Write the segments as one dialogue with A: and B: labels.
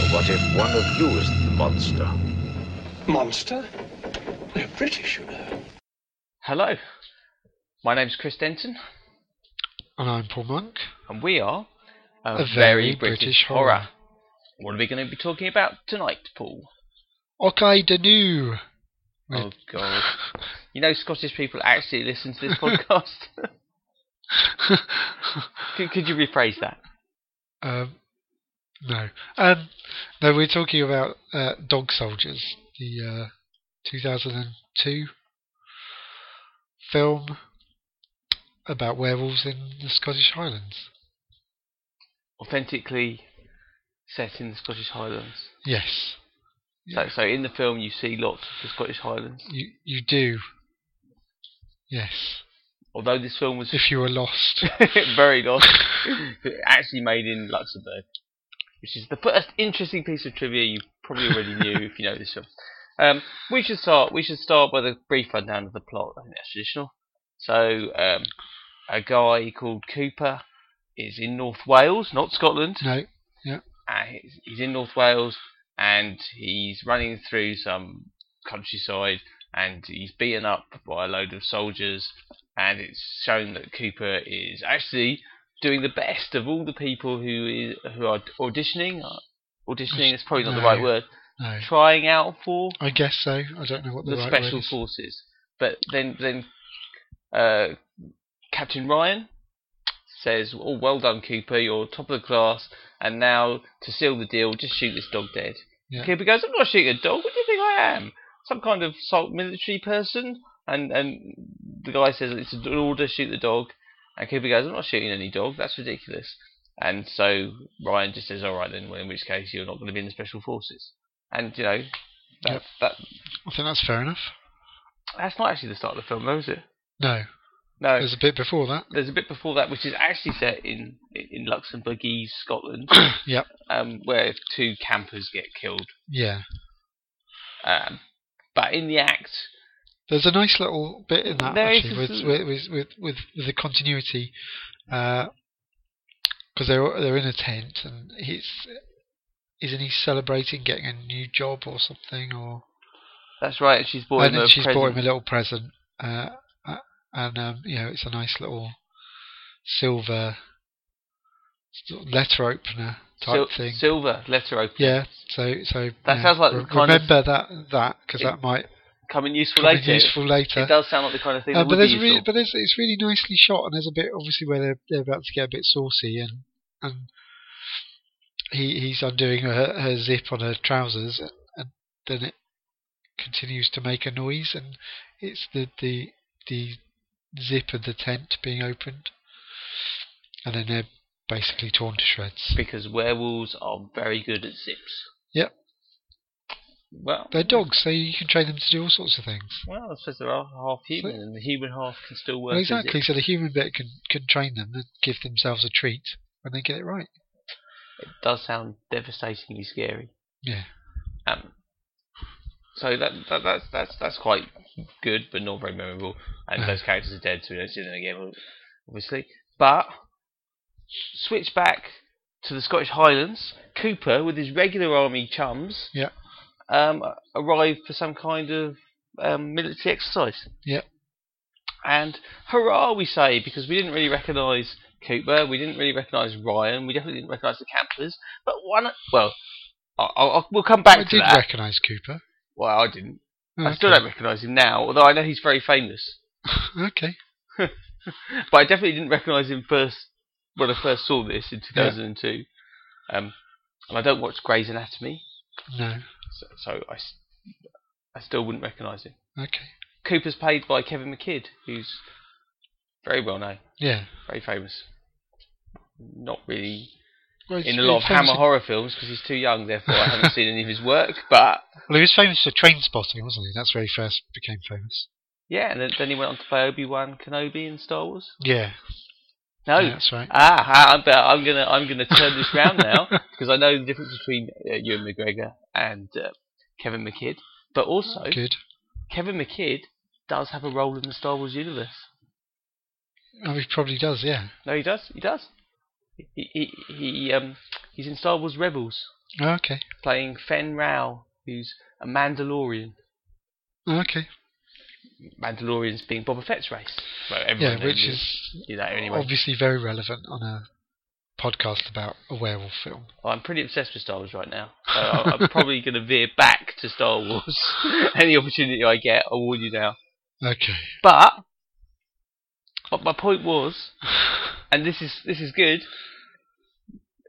A: One of you is the monster.
B: Monster? They're British, you know.
C: Hello, my name's Chris Denton,
D: And I'm Paul Monk.
C: and we are a,
D: A
C: very,
D: Very
C: British,
D: British
C: horror.
D: Horror.
C: What are we going to be talking about tonight, Paul?
D: Okai Danu. We're-
C: Oh God! You know Scottish people actually listen to this podcast. could, could you rephrase that?
D: um, no. Um, no, we're talking about uh, Dog Soldiers, the uh, 2002 film about werewolves in the Scottish Highlands.
C: Authentically set in the Scottish Highlands.
D: Yes, Yeah.
C: So, so in the film, you see lots of the Scottish Highlands.
D: you, you do. Yes,
C: Although this film was
D: if you were lost.
C: very lost, but actually made in Luxembourg, which is the first interesting piece of trivia you probably already knew if you know this film. Um, we should start. We should start with a brief rundown of the plot. I think that's traditional. So, um, a guy called Cooper is in North Wales, not Scotland.
D: no,
C: Uh, he's- he's in North Wales and he's running through some countryside and he's beaten up by a load of soldiers and it's shown that Cooper is actually doing the best of all the people who is who are auditioning uh, auditioning is probably not the
D: No.
C: right word
D: no.
C: trying out for
D: I guess so. I don't know what the,
C: the,
D: right
C: special
D: word is.
C: forces but then then uh, Captain Ryan says oh well done Cooper you're top of the class and now to seal the deal just shoot this dog dead
D: Yeah.
C: Cooper goes, I'm not shooting a dog. What do you think I am? Some kind of salt military person? And and the guy says it's an order, shoot the dog. And Cooper goes, I'm not shooting any dog. That's ridiculous. And so Ryan just says, all right then. Well, in which case you're not going to be in the special forces. And you know, that,
D: Yep.
C: that
D: I think that's fair enough.
C: that's not actually the start of the film, though, is it?
D: No,
C: No.
D: there's a bit before that.
C: There's a bit before that which is actually set in in Luxembourgese Scotland,
D: Yep.
C: um, where two campers get killed.
D: Yeah.
C: Um, but in the act,
D: There's a nice little bit in that
C: There is
D: actually
C: a-
D: with, with, with, with, with the continuity, because they're they're in a tent and he's isn't he celebrating getting a new job or something or
C: That's right. She's bought
D: and
C: him a
D: she's
C: present.
D: bought him a little present uh, uh, and um, you know it's a nice little silver sort of letter opener type
C: Sil-
D: thing.
C: Silver letter opener.
D: yeah, so so
C: That
D: yeah,
C: sounds like the
D: re-
C: kind of-
D: remember that that because
C: It-
D: that might
C: Come in useful
D: be
C: later.
D: useful later.
C: It does sound like the kind of thing that
D: Uh, but
C: would be
D: there's
C: useful.
D: really, but there's, it's really nicely shot, and there's a bit obviously where they're, they're about to get a bit saucy, and and he he's undoing her, her zip on her trousers, and, and then it continues to make a noise, and it's the the the zip of the tent being opened, and then they're basically torn to shreds.
C: Because werewolves are very good at zips.
D: Yep.
C: Well,
D: They're dogs, so you can train them to do all sorts of things.
C: well, I suppose they're half half human, and the human half can still work.
D: Well,
C: as
D: exactly.
C: zips.
D: So the human bit can can train them and give themselves a treat when they get it right.
C: It does sound devastatingly scary.
D: Yeah.
C: Um, so that, that that's that's that's quite good, but not very memorable. And
D: No.
C: those characters are dead, so we don't see them again, obviously. But switch back to the Scottish Highlands. Cooper, with his regular army chums,
D: Yeah.
C: um, arrived for some kind of um, military exercise.
D: Yeah.
C: And hurrah, we say, because we didn't really recognise Cooper, we didn't really recognise Ryan, we definitely didn't recognise the campers. But one, well, i I'll, I'll, we'll come back
D: I
C: to
D: did
C: that.
D: recognise Cooper.
C: Well, I didn't.
D: Oh,
C: I still
D: okay.
C: don't recognise him now, although I know he's very famous.
D: okay.
C: But I definitely didn't recognise him first when I first saw this in 2002. Um, and I don't watch Grey's Anatomy,
D: No.
C: so, so I, s- I still wouldn't recognise him.
D: Okay.
C: Cooper's played by Kevin McKidd, who's very well known,
D: Yeah.
C: very famous. Not really
D: Well,
C: in a
D: he's
C: lot of
D: famous
C: Hammer
D: in-
C: horror films because he's too young, therefore I haven't seen any of his work. But
D: Well, he was famous for train spotting, wasn't he? That's where he first became famous.
C: yeah, and then, then he went on to play Obi Wan Kenobi in Star Wars.
D: Yeah.
C: No,
D: yeah, that's right.
C: Ah, ha, I'm, about- I'm gonna I'm gonna turn this round now because I know the difference between uh, Ewan McGregor and uh, Kevin McKidd. But also,
D: Good.
C: Kevin McKidd does have a role in the Star Wars universe.
D: Oh, he probably does. Yeah.
C: No, he does. He does. He he, he um he's in Star Wars Rebels.
D: Okay.
C: playing Fen Rao, who's a Mandalorian.
D: Okay.
C: Mandalorians being Boba Fett's race. Well, everyone
D: Yeah,
C: knows
D: which
C: you-
D: is
C: you know anyway.
D: obviously very relevant on a podcast about a werewolf film.
C: Well, I'm pretty obsessed with Star Wars right now. So I- I'm probably going to veer back to Star Wars. Any opportunity I get, I warn you now.
D: Okay.
C: But, but my point was, and this is this is good.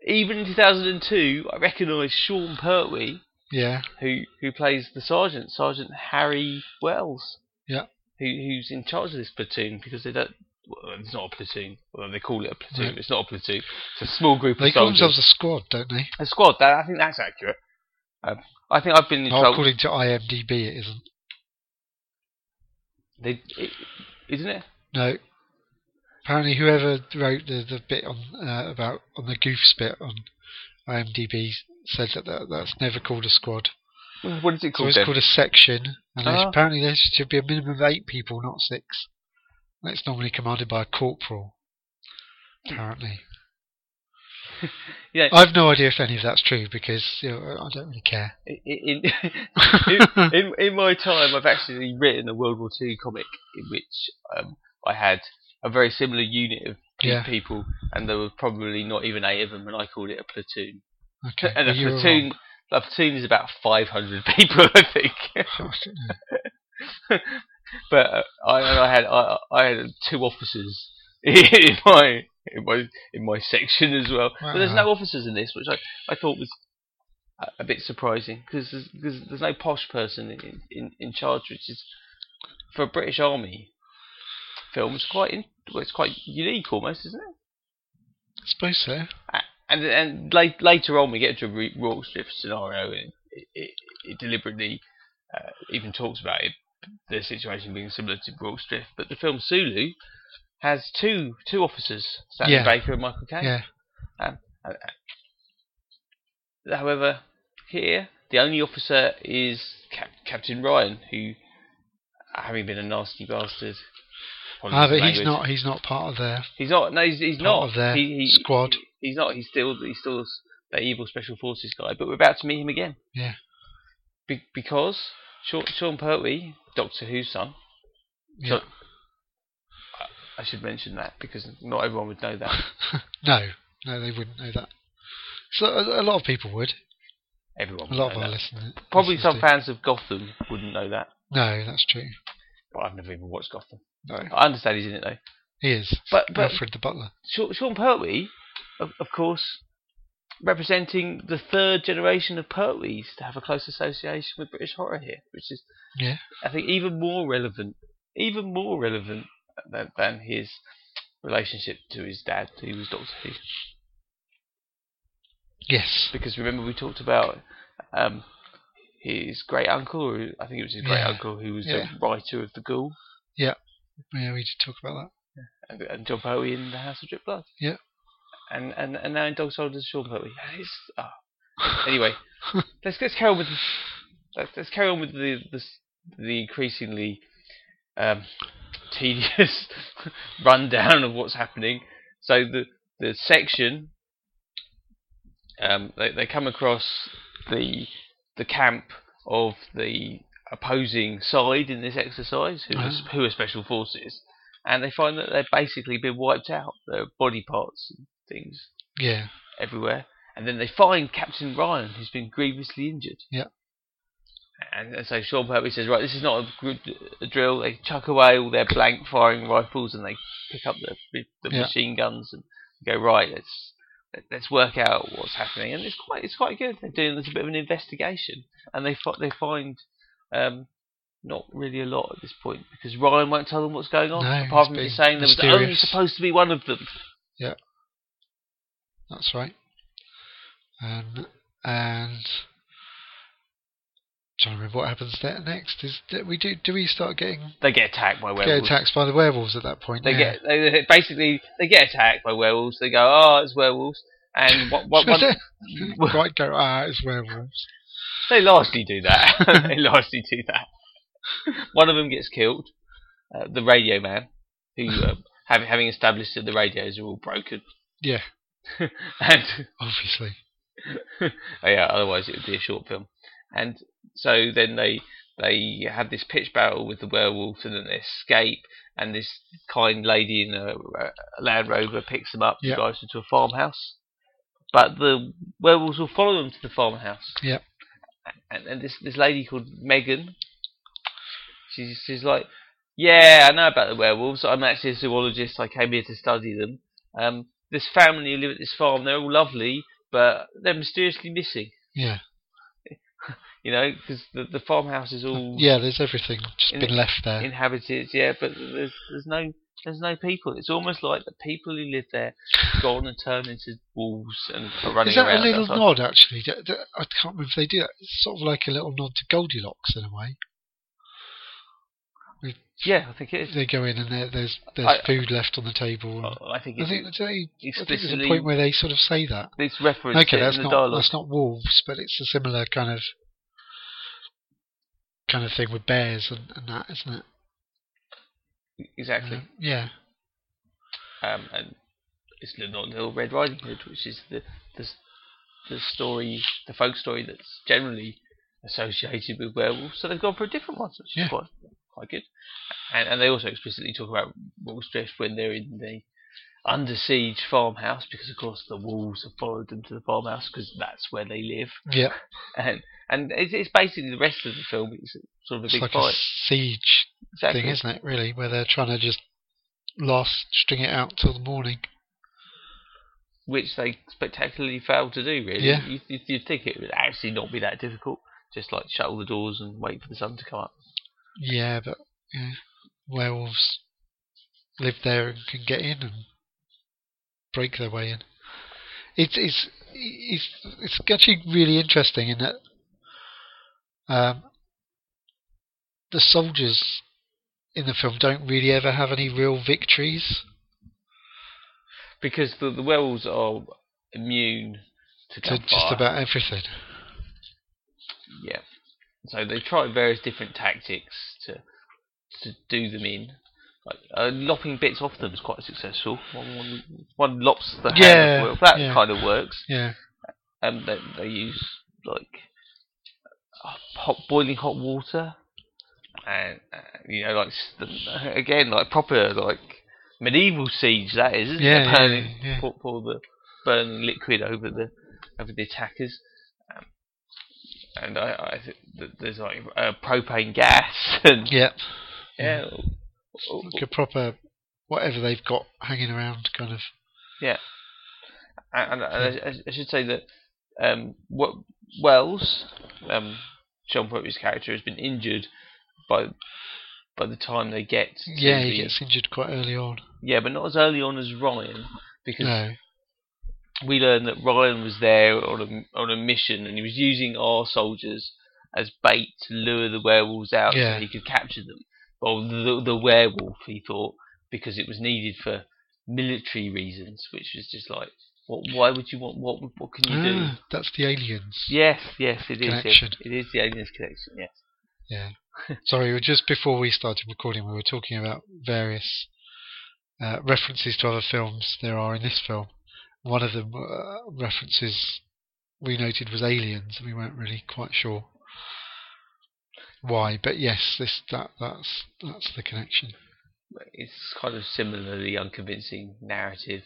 C: Even in 2002, I recognised Sean Pertwee,
D: Yeah.
C: who who plays the sergeant, Sergeant Harry Wells.
D: Yeah.
C: Who who's in charge of this platoon because they don't. Well, it's not a platoon. Well, they call it a platoon.
D: Right.
C: but It's not a platoon. It's a small group
D: They
C: of
D: call
C: soldiers.
D: themselves a squad, don't they?
C: A squad. That I think that's accurate. Um, I think I've been in
D: Not
C: trouble.
D: Oh, according to IMDb, it isn't.
C: They, it, isn't it?
D: No. Apparently, whoever wrote the, the bit on uh, about on the goof spit on IMDb said that, that that's never called a squad.
C: What is it
D: So
C: called?
D: it's
C: then?
D: called a section, and there's-
C: Ah.
D: apparently there should be a minimum of eight people, not six. That's normally commanded by a corporal. Apparently,
C: yeah,
D: I've no idea if any of that's true because you know, I I don't really care.
C: in, in, in- in, in my time, I've actually written a World War Two comic in which um, I had a very similar unit of
D: Yeah.
C: people, and there were probably not even eight of them, and I called it a platoon.
D: Okay,
C: and a
D: well, you were wrong.
C: platoon, a platoon is about 500 people, I think.
D: I don't know.
C: but uh, I, and I had I, I had two officers in my in my in my section as well. But there's
D: Wow.
C: no officers in this, which I, I thought was a, a bit surprising because there's, 'cause there's no posh person in, in, in charge, which is for a British Army film. It's quite in, well, it's quite unique almost, isn't it?
D: I suppose so.
C: And and late, later on, we get to a re- Royal Strip scenario, and it, it, it deliberately uh, even talks about it, the situation being similar to Royal Strip. But the film Sulu has two two officers, Stanley
D: Yeah.
C: Baker and Michael Caine.
D: Yeah,
C: However, here the only officer is Cap- Captain Ryan, who, having been a nasty bastard,
D: ah,
C: apologies
D: but
C: for
D: he's
C: language,
D: not. He's not part of their
C: He's not. No, he's, he's
D: Part
C: not.
D: of their
C: he, he,
D: squad.
C: he- he's not. He's still. He's still the evil special forces guy. But we're about to meet him again.
D: Yeah.
C: Be- because Sean, Sean Pertwee, Doctor Who's son.
D: Yeah.
C: So- I should mention that because not everyone would know that.
D: no, no, they wouldn't know that. So a, a lot of people would.
C: Everyone.
D: A
C: Would
D: lot of
C: know
D: our
C: that.
D: listeners.
C: Probably
D: listeners
C: some
D: do.
C: fans of Gotham wouldn't know that.
D: No, that's true.
C: But I've never even watched Gotham.
D: No,
C: I understand he's in it though.
D: he is.
C: But but
D: Alfred the Butler.
C: Sean, Sean Pertwee, of, of course, representing the third generation of Pertwees to have a close association with British horror here, which is,
D: Yeah.
C: I think, even more relevant, even more relevant than, than his relationship to his dad, who was Doctor Who.
D: Yes.
C: Because remember, we talked about um, his great uncle, or I think it was his great
D: Yeah.
C: uncle, who was
D: Yeah.
C: the writer of The Ghoul,
D: Yeah, we did talk about
C: and, and John Pertwee in The House of Drip Blood.
D: Yeah.
C: And, and and now in Dog Soldiers, Sean Pertwee. And It's, ah,
D: that.
C: anyway, let's let's carry on with let's, let's carry on with the the, s- the increasingly um, tedious rundown of what's happening. So the the section um, they they come across the the camp of the opposing side in this exercise, who are, s- who are special forces, and they find that they've basically been wiped out. Their body parts and things
D: yeah.
C: everywhere. And then they find Captain Ryan, who's been grievously injured.
D: Yeah.
C: And, and so Sean Pertwee says, right, this is not a, gr- a drill. They chuck away all their blank firing rifles and they pick up the, the
D: Yeah.
C: machine guns and go, right, let's let- let's work out what's happening. And it's quite it's quite good. They're doing this a bit of an investigation, and they fi- they find um, not really a lot at this point because Ryan won't tell them what's going on,
D: No,
C: apart from
D: it's
C: just
D: been
C: saying there was only
D: mysterious.
C: supposed to be one of them.
D: That's right. Um, and trying to remember what happens there next is that we do do we start getting
C: They get attacked by
D: get
C: werewolves.
D: attacked by the werewolves at that point?
C: They
D: yeah.
C: get they, they- basically they get attacked by werewolves. They go, oh, it's werewolves, and what, what, one,
D: right go ah it's werewolves.
C: they largely do that. they largely do that. One of them gets killed, uh, the radio man, who um, having having established that the radios are all broken,
D: Yeah,
C: and
D: obviously.
C: Oh, yeah, otherwise it would be a short film. And so then they they have this pitch battle with the werewolves, and then they escape. And this kind lady in a, a Land Rover picks them up, and
D: Yeah.
C: drives them to a farmhouse. But the werewolves will follow them to the farmhouse.
D: Yeah.
C: And, and this this lady called Megan, she's she's like, yeah, I know about the werewolves. I'm actually a zoologist. I came here to study them. Um, this family who live at this farm, they're all lovely, but they're mysteriously missing.
D: Yeah.
C: You know, because the, the farmhouse is all
D: Yeah, there's everything just
C: Mm. In-
D: been left there.
C: inhabited, yeah, but there's there's no there's no people. It's almost like the people who live there go on and turn into wolves and are running
D: Is that
C: around.
D: a little
C: outside.
D: nod, actually? That- that- I can't remember if they do that. It's sort of like a little nod to Goldilocks in a way.
C: Yeah, I think it is.
D: They go in and there, there's there's
C: I-
D: food left on the table. And
C: I think
D: I think
C: it's
D: that they, I think there's a
C: explicitly
D: point where they sort of say that.
C: it's referenced
D: Okay,
C: it
D: that's
C: in the
D: not
C: dialogue.
D: that's not wolves, but it's a similar kind of kind of thing with bears and, and that, isn't it?
C: Exactly.
D: Uh, yeah.
C: um, and it's not Little Red Riding Hood, which is the, the s- the story, the folk story that's generally associated with werewolves. So they've gone for a different one, which is
D: Yeah.
C: quite quite good. And, and they also explicitly talk about wolves dressed when they're in the under siege farmhouse, because of course the wolves have followed them to the farmhouse because that's where they live.
D: Yeah.
C: And and it's, it's basically the rest of the film. It's sort of a
D: It's
C: big
D: like a
C: fight.
D: siege
C: Exactly.
D: thing, isn't it, really, where they're trying to just last string it out till the morning.
C: which they spectacularly failed to do. Really,
D: Yeah.
C: you, you, you'd think it would actually not be that difficult. Just like shut all the doors and wait for the sun to come up.
D: Yeah, but yeah, werewolves live there and can get in and break their way in. It's it's it's it's actually really interesting in that um, the soldiers in the film don't really ever have any real victories.
C: Because the the werewolves are immune to
D: To
C: gunfire.
D: just about everything.
C: Yeah. So they try various different tactics to to do them in. Like uh, lopping bits off them is quite successful. One, one, one lops the hand.
D: Yeah,
C: of a werewolf. that
D: yeah.
C: kind of works.
D: Yeah,
C: and Um, they, they use like uh, hot boiling hot water and uh, you know like s- the, again like proper like medieval siege that is isn't it?
D: Yeah, yeah,
C: burning,
D: yeah, yeah.
C: Pour, pour the burning liquid over the over the attackers um, and I, I th- th- there's like uh, propane gas and
D: yeah,
C: yeah, all- all-
D: like a proper whatever they've got hanging around, kind of.
C: and, and I, I- I should say that um, what Wells, um, Sean Pertwee's character, has been injured by by the time they get. to
D: Yeah, he
C: the-
D: gets injured quite early on.
C: yeah, but not as early on as Ryan because
D: No,
C: we learned that Ryan was there on a on a mission and he was using our soldiers as bait to lure the werewolves out
D: Yeah.
C: so he could capture them. Well, the, the werewolf, he thought, because it was needed for military reasons, which was just like, what? Why would you want? What? What can you do?
D: ah, that's the aliens.
C: Yes, yes, it is. yes.
D: Connection.
C: It is the aliens connection. Yes.
D: Sorry, we- just before we started recording, we were talking about various uh, references to other films there are in this film. One of them uh, references we noted was aliens, and we weren't really quite sure why. But yes, this that that's that's the connection.
C: It's kind of similarly unconvincing narrative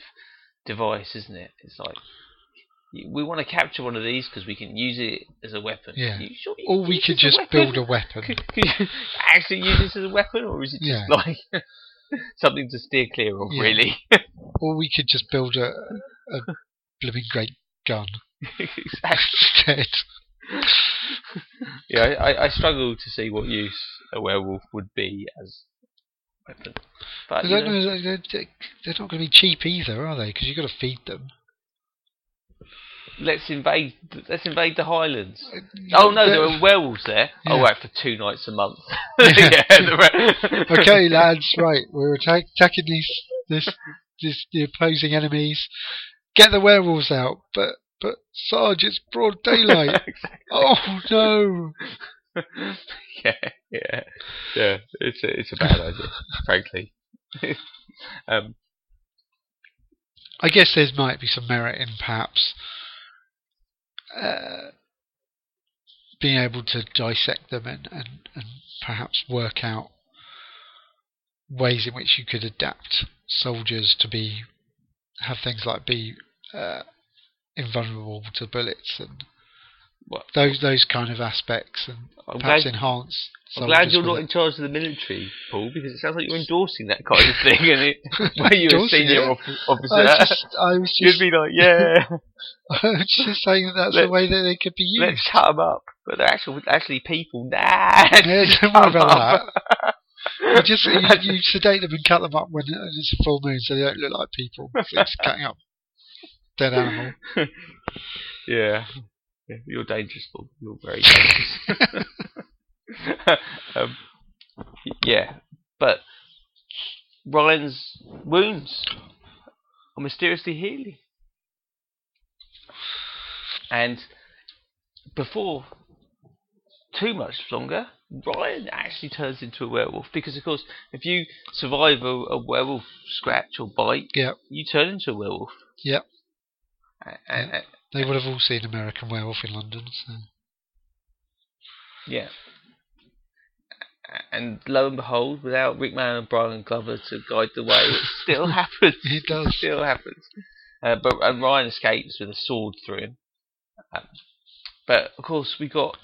C: device, isn't it? It's like y- we want to capture one of these because we can use it as a weapon.
D: Yeah.
C: You sure you
D: Or
C: can
D: we
C: use
D: could
C: this
D: just
C: as
D: build a
C: weapon?
D: weapon.
C: Could, could you actually use this as a weapon, or is it just
D: Yeah.
C: like something to steer clear of?
D: Yeah.
C: Really?
D: Or we could just build a a blooming great gun
C: exactly.
D: instead.
C: Yeah, I, I- I struggle to see what use a werewolf would be as a weapon. But
D: I
C: you
D: don't
C: know-
D: know. they- they- They're, not going to be cheap either, are they? Because you've got to feed them.
C: let's invade let's invade the highlands. Oh no, there were werewolves there. Oh
D: Yeah.
C: wait, for two nights a month. yeah, there were.
D: okay, lads, right, we're attack- attacking these, this, this, the opposing enemies. Get the werewolves out, but, but Sarge, it's broad daylight.
C: Exactly.
D: oh no!
C: yeah, yeah, yeah. It's a, it's a bad idea, frankly. um,
D: I guess there might be some merit in perhaps uh, being able to dissect them and, and, and perhaps work out ways in which you could adapt soldiers to be have things like be uh, invulnerable to bullets and
C: What?
D: those those kind of aspects and
C: I'm
D: perhaps
C: glad-
D: enhance.
C: I'm glad
D: soldiers
C: you're
D: with
C: not
D: it.
C: in charge of the military, Paul, because it sounds like you're endorsing that kind of thing, and it, where you're a
D: Endorsing
C: senior
D: it?
C: off-
D: I
C: officer.
D: was just, I was
C: You'd
D: just,
C: be like, yeah,
D: I was just saying that that's
C: Let-
D: the way that they could be
C: let's
D: used.
C: shut them up. But they're actual, actually people. Nah.
D: Yeah, don't worry about that. You just you, you sedate them and cut them up when it's a full moon, so they don't look like people. So it's cutting up dead animal.
C: Yeah. Yeah, You're dangerous, Bob. You're very dangerous. um, y- yeah, but Ryan's wounds are mysteriously healing. And before too much longer, Ryan actually turns into a werewolf because, of course, if you survive a, a werewolf scratch or bite,
D: Yep.
C: you turn into a werewolf.
D: Yep.
C: A- a- a-
D: They would have all seen American Werewolf in London. So.
C: Yeah. A- And lo and behold, without Rickman and Brian Glover to guide the way, it still happens.
D: It does.
C: still happens. Uh, but and Ryan escapes with a sword through him. Um, but of course, we got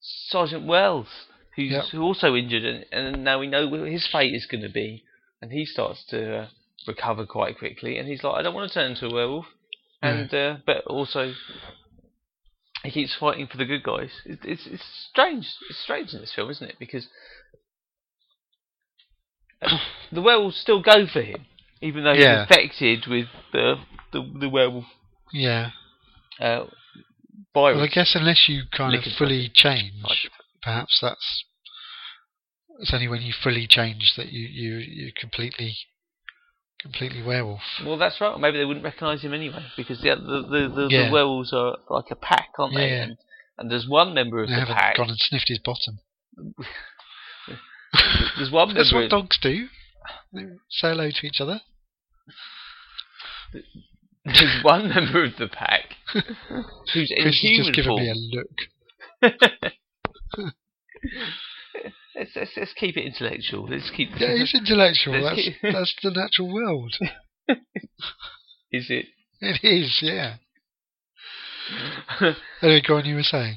C: Sergeant Wells, who's
D: Yep.
C: who also injured, and, and now we know what his fate is going to be. And he starts to uh, recover quite quickly, and he's like, "I don't want to turn into a werewolf," and uh, but also he keeps fighting for the good guys. It, it's it's strange. It's strange in this film, isn't it? Because the werewolves still go for him, even though
D: Yeah.
C: he's infected with the the, the werewolf
D: Yeah.
C: uh,
D: Well, I
C: virus.
D: guess unless you kind of
C: Lick and
D: fully change,
C: Like,
D: perhaps that's it's only when you fully change that you you you completely completely werewolf.
C: well, that's right. Maybe they wouldn't recognise him anyway, because the the the, the,
D: Yeah.
C: the werewolves are like a pack, aren't they?
D: Yeah.
C: And, and there's one member of
D: They
C: the
D: haven't
C: pack.
D: gone and sniffed his bottom.
C: There's one
D: That's
C: member.
D: what dogs do. They say hello to each other.
C: there's one member of the pack who's in
D: Chris has
C: human
D: just given
C: form.
D: me a look.
C: Let's, let's, let's keep it intellectual. Let's keep.
D: Yeah, he's intellectual.
C: Let's
D: That's
C: keep-
D: that's the natural world.
C: is it?
D: It is, yeah.
C: oh,
D: Anyway, go on, you were saying.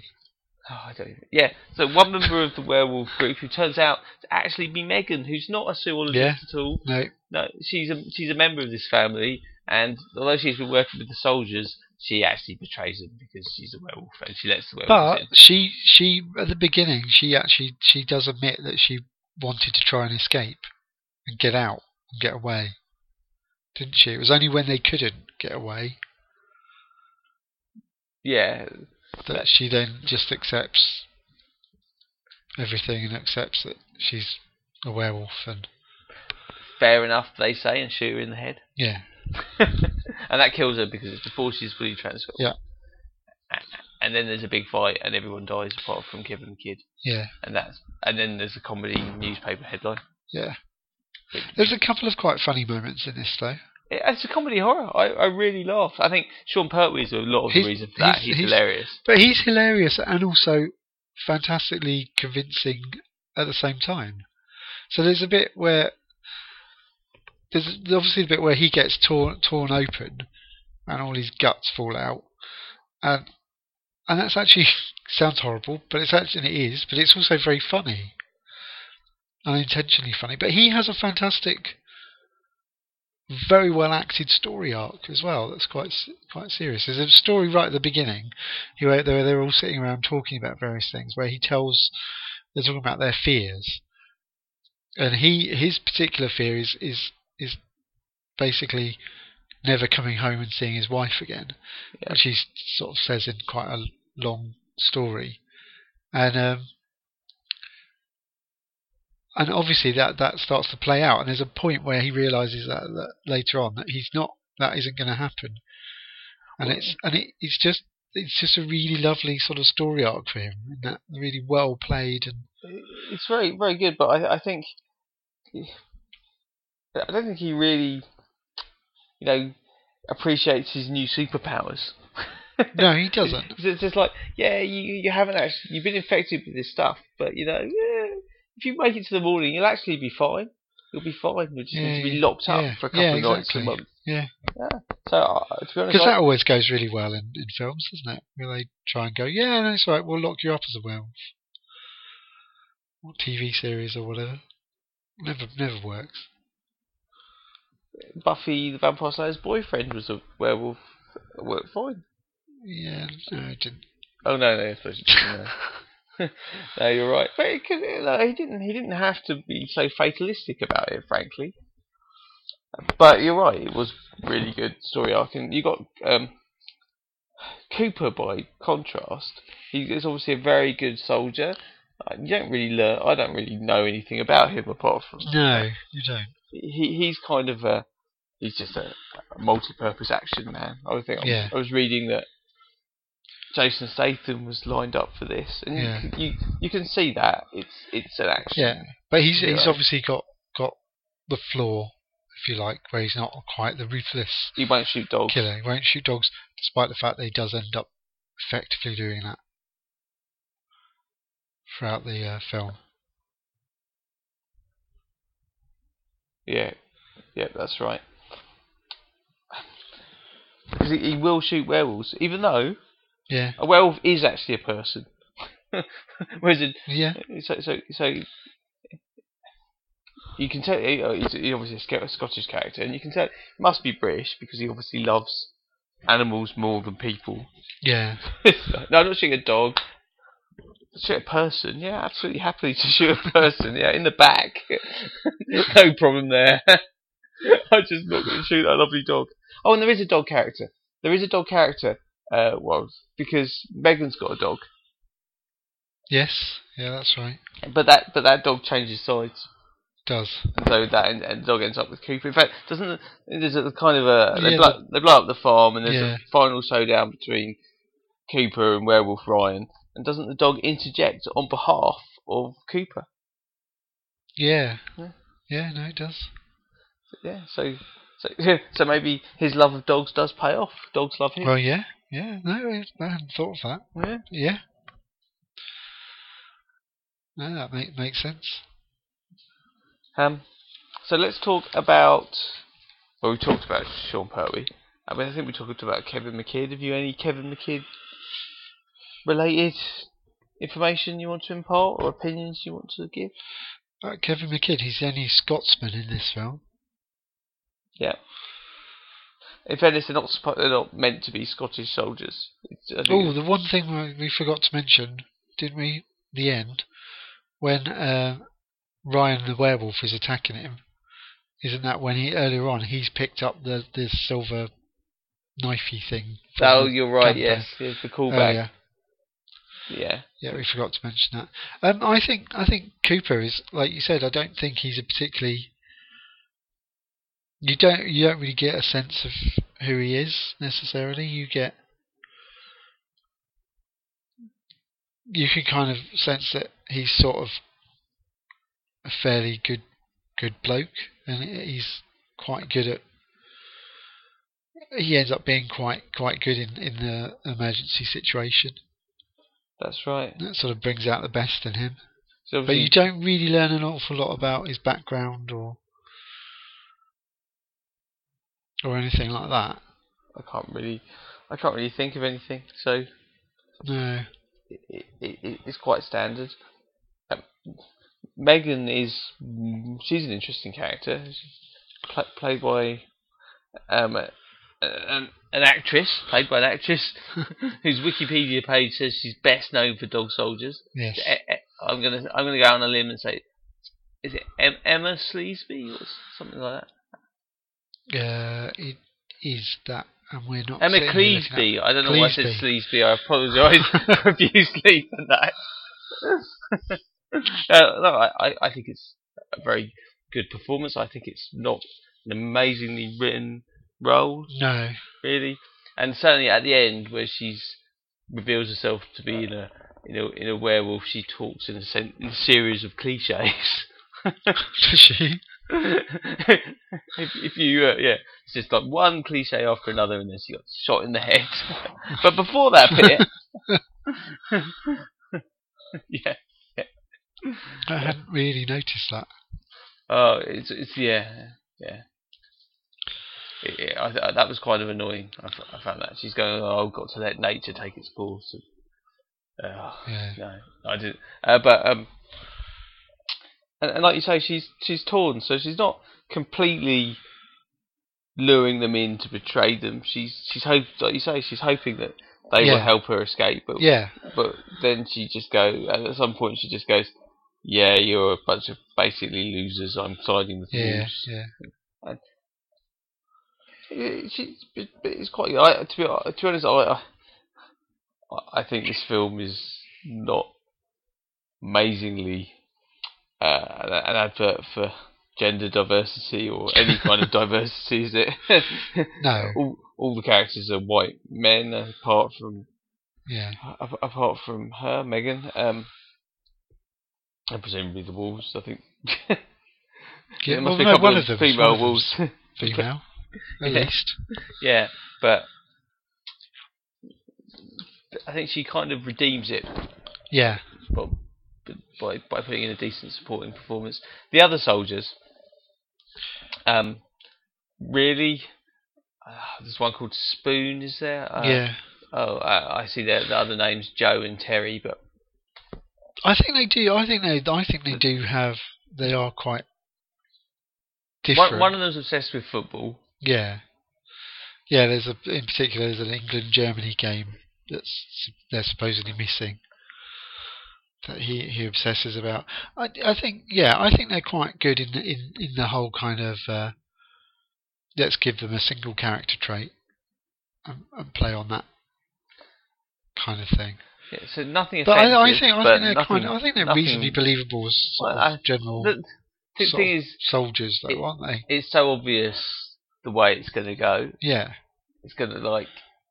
C: I don't. Even, yeah. So one member of the werewolf group who turns out to actually be Megan, who's not a zoologist
D: Yeah.
C: at all.
D: No,
C: No, she's a she's a member of this family, and although she's been working with the soldiers, she actually betrays them because she's a werewolf and she lets the werewolf
D: but she she at the beginning she actually she does admit that she wanted to try and escape and get out and get away, didn't she? It was only when they couldn't get away
C: in. Yeah,
D: that she then just accepts everything and accepts that she's a werewolf and
C: fair enough, they say, and shoot her in the head.
D: yeah,
C: and that kills her because it's before she's fully transformed.
D: Yeah.
C: A- And then there's a big fight, and everyone dies apart from Kevin the Kid.
D: yeah,
C: And that's and then there's a comedy newspaper headline.
D: yeah. There's a couple of quite funny moments in this though.
C: It- It's a comedy horror. I, I really laughed. I think Sean Pertwee is a lot of the
D: He's-
C: reason for that.
D: he's-
C: He's,
D: he's-
C: hilarious.
D: But he's hilarious and also fantastically convincing at the same time. So there's a bit where there's obviously the bit where he gets torn torn open and all his guts fall out, and and that's actually sounds horrible, but it's actually it is, but it's also very funny, unintentionally funny. But he has a fantastic, very well acted story arc as well. That's quite s- quite serious. There's a story right at the beginning who were- they were, they were all sitting around talking about various things where he tells they're talking about their fears and he his particular fear is is is basically never coming home and seeing his wife again
C: Yeah.
D: which he s- sort of says in quite a long story and um and obviously that that starts to play out and there's a point where he realizes that, that later on that he's not that isn't going to happen and it's and it, it's just it's just a really lovely sort of story arc for him and that really well played and
C: It's very very good, but I I think I don't think he really you know appreciates his new superpowers.
D: No, he doesn't.
C: Because it's just like, yeah, you you haven't actually you've been infected with this stuff, but you know, yeah, if you make it to the morning, you'll actually be fine. You'll be fine. You'll just need to be
D: Yeah,
C: locked up
D: yeah.
C: for a couple
D: Yeah,
C: of nights
D: exactly.
C: a month.
D: Yeah.
C: Yeah. So uh, to be honest,
D: Because
C: I-
D: that always goes really well in, in films, doesn't it? Where they try and go, yeah, no, it's all right, we'll lock you up as a werewolf. Or TV series or whatever. Never never works.
C: Buffy the Vampire Slayer's boyfriend was a werewolf. It worked fine.
D: Yeah, no, it didn't.
C: Oh no, no, I suppose it didn't, no. no, you're right. But it could, no, he didn't. He didn't have to be so fatalistic about it, frankly. But you're right. It was really good story arc, and you got um, Cooper by contrast. He is obviously a very good soldier. Uh, You don't really learn. I don't really know anything about him apart from
D: No, you don't.
C: he he's kind of a he's just a, a multi-purpose action man. I was thinking,
D: Yeah.
C: I was reading that Jason Statham was lined up for this, and
D: Yeah.
C: you, can- you you can see that it's it's an action.
D: Yeah, but he's
C: Yeah.
D: he's obviously got got the flaw, if you like, where he's not quite the ruthless
C: He won't shoot dogs.
D: killer. He won't shoot dogs, despite the fact that he does end up effectively doing that throughout the uh, film.
C: Yeah, yeah, that's right. Because he, he will shoot werewolves, even though
D: Yeah,
C: a werewolf is actually a person. Whereas a,
D: yeah,
C: so so so you can tell he- uh, he's, he's obviously a Sc- a Scottish character, and you can tell he must be British because he obviously loves animals more than people.
D: yeah.
C: no, I'm not shooting a dog. Shoot a person, yeah, absolutely happily to shoot a person, yeah, in the back, no problem there. I'm just not going to shoot that lovely dog. Oh, and there is a dog character. There is a dog character. Uh, well, because Megan's got a dog,
D: Yes, yeah, that's right.
C: but that but that dog changes sides.
D: Does
C: And so that and, and the dog ends up with Cooper. In fact, doesn't there's a kind of a they,
D: Yeah,
C: blow, they blow up the farm and there's
D: Yeah.
C: a final showdown between Cooper and Werewolf Ryan. And doesn't the dog interject on behalf of Cooper?
D: yeah,
C: Yeah.
D: yeah. No, it does.
C: Yeah. So so so maybe his love of dogs does pay off. Dogs love him.
D: Well, yeah, yeah. No, I I hadn't thought of that.
C: Yeah.
D: Yeah. No, that make, makes sense.
C: Um. So let's talk about. Well, we talked about Sean Pertwee. I mean, I think we talked about Kevin McKidd. Have you any Kevin McKidd related information you want to impart or opinions you want to give?
D: Uh, Kevin McKidd, he's the only Scotsman in this film.
C: Yeah. In fairness, they're not suppo- they're not meant to be Scottish soldiers. It's, I think
D: Oh, the one thing we- we forgot to mention, didn't we? The end, when uh, Ryan the werewolf is attacking him, isn't that when he earlier on he's picked up the the silver knifey thing? from
C: oh,
D: the
C: you're right.
D: camper
C: Yes, yes, the callback.
D: earlier.
C: Yeah.
D: Yeah, we forgot to mention that. Um, I think I think Cooper is like you said. I don't think he's a particularly. You don't you don't really get a sense of who he is necessarily. You get. You can kind of sense that he's sort of a fairly good good bloke, and he's quite good at. He ends up being quite quite good in in the emergency situation.
C: that's right.
D: That sort of brings out the best in him.
C: So
D: But
C: obviously,
D: you don't really learn an awful lot about his background or or anything like that.
C: I can't really, I can't really think of anything. So
D: No.
C: it, it, it- it's quite standard. Um, Megan is mm, she's an interesting character, She's pla played by um, a, a- an, an actress, played by an actress whose Wikipedia page says she's best known for Dog Soldiers.
D: Yes.
C: E- e- I'm gonna I'm gonna go out on a limb and say, is it em- Emma Sleesby or s- something like that?
D: Uh, it is that, and we're not.
C: Emma
D: sitting here looking
C: Cleesby. I don't know why I said Sleesby. I apologise
D: Cleesby.
C: profusely for that. uh, no, I, I- I think it's a very good performance. I think it's not an amazingly written role,
D: no.
C: really, and certainly at the end where she's reveals herself to be in a in a in a werewolf, she talks in a, sen- in a series of cliches.
D: Does she?
C: if, if you uh, yeah, It's just like one cliche after another, and then she got shot in the head. but before that bit, yeah,
D: I hadn't really noticed that.
C: oh, it's it's yeah, yeah. It- it- I, I, that was kind of annoying. I, f- I found that she's going, oh, I've got to let nature take its course. And, oh,
D: Yeah.
C: No, I didn't. Uh, but um, and, and like you say, she's she's torn, so she's not completely luring them in to betray them. She's she's hope like you say, she's hoping that they will
D: Yeah.
C: help her escape. But
D: Yeah.
C: but then she just go at some point she just goes, yeah, you're a bunch of basically losers. I'm siding with
D: Yeah.
C: wolves.
D: Yeah.
C: Yeah, she, but but it's quite. I, to be to be honest, I, I I think this film is not amazingly uh, an, an advert for gender diversity or any kind of diversity, is it?
D: No.
C: all, all the characters are white men, apart from
D: Yeah.
C: a- apart from her, Megan, um, and presumably the wolves. I think
D: yeah.
C: There
D: Well,
C: must be a
D: no,
C: couple
D: one
C: of
D: of them.
C: female
D: one of
C: wolves.
D: them's Female. At
C: Yeah.
D: least.
C: Yeah, but I think she kind of redeems it
D: Yeah.
C: by, by by putting in a decent supporting performance. The other soldiers, um, really, uh, there's one called Spoon, is there? Uh,
D: yeah.
C: Oh, I, I see. The, the other names Joe and Terry, but
D: I think they do. I think they. I think they do have. They are quite different.
C: one, one of them's obsessed with football.
D: yeah. Yeah. There's a. In particular, there's an England Germany game that's s- they're supposedly missing. That he, he obsesses about. I, I think yeah. I think they're quite good in the, in in the whole kind of. Uh, let's give them a single character trait, and, and play on that kind of thing.
C: Yeah, so nothing.
D: But I, I
C: offensive,
D: think I
C: but
D: think they're
C: nothing,
D: kind. I think they're
C: nothing-
D: reasonably believable as sort
C: Well, I-
D: of general
C: The, the
D: sort
C: thing
D: of
C: is,
D: soldiers, though,
C: it-
D: aren't they?
C: it's so obvious the way it's going to go.
D: Yeah,
C: It's gonna like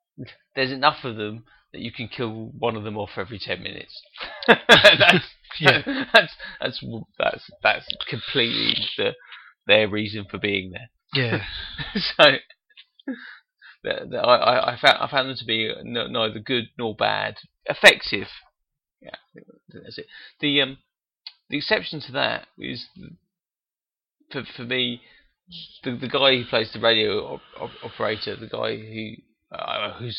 C: there's enough of them that you can kill one of them off every ten minutes. that's,
D: yeah,
C: that's that's that's that's completely the, their reason for being there.
D: yeah,
C: so the, the, I, I- I found I found them to be no, neither good nor bad, effective. Yeah, that's it. The um the exception to that is for for me the the guy who plays the radio op- op- operator, the guy who uh, whose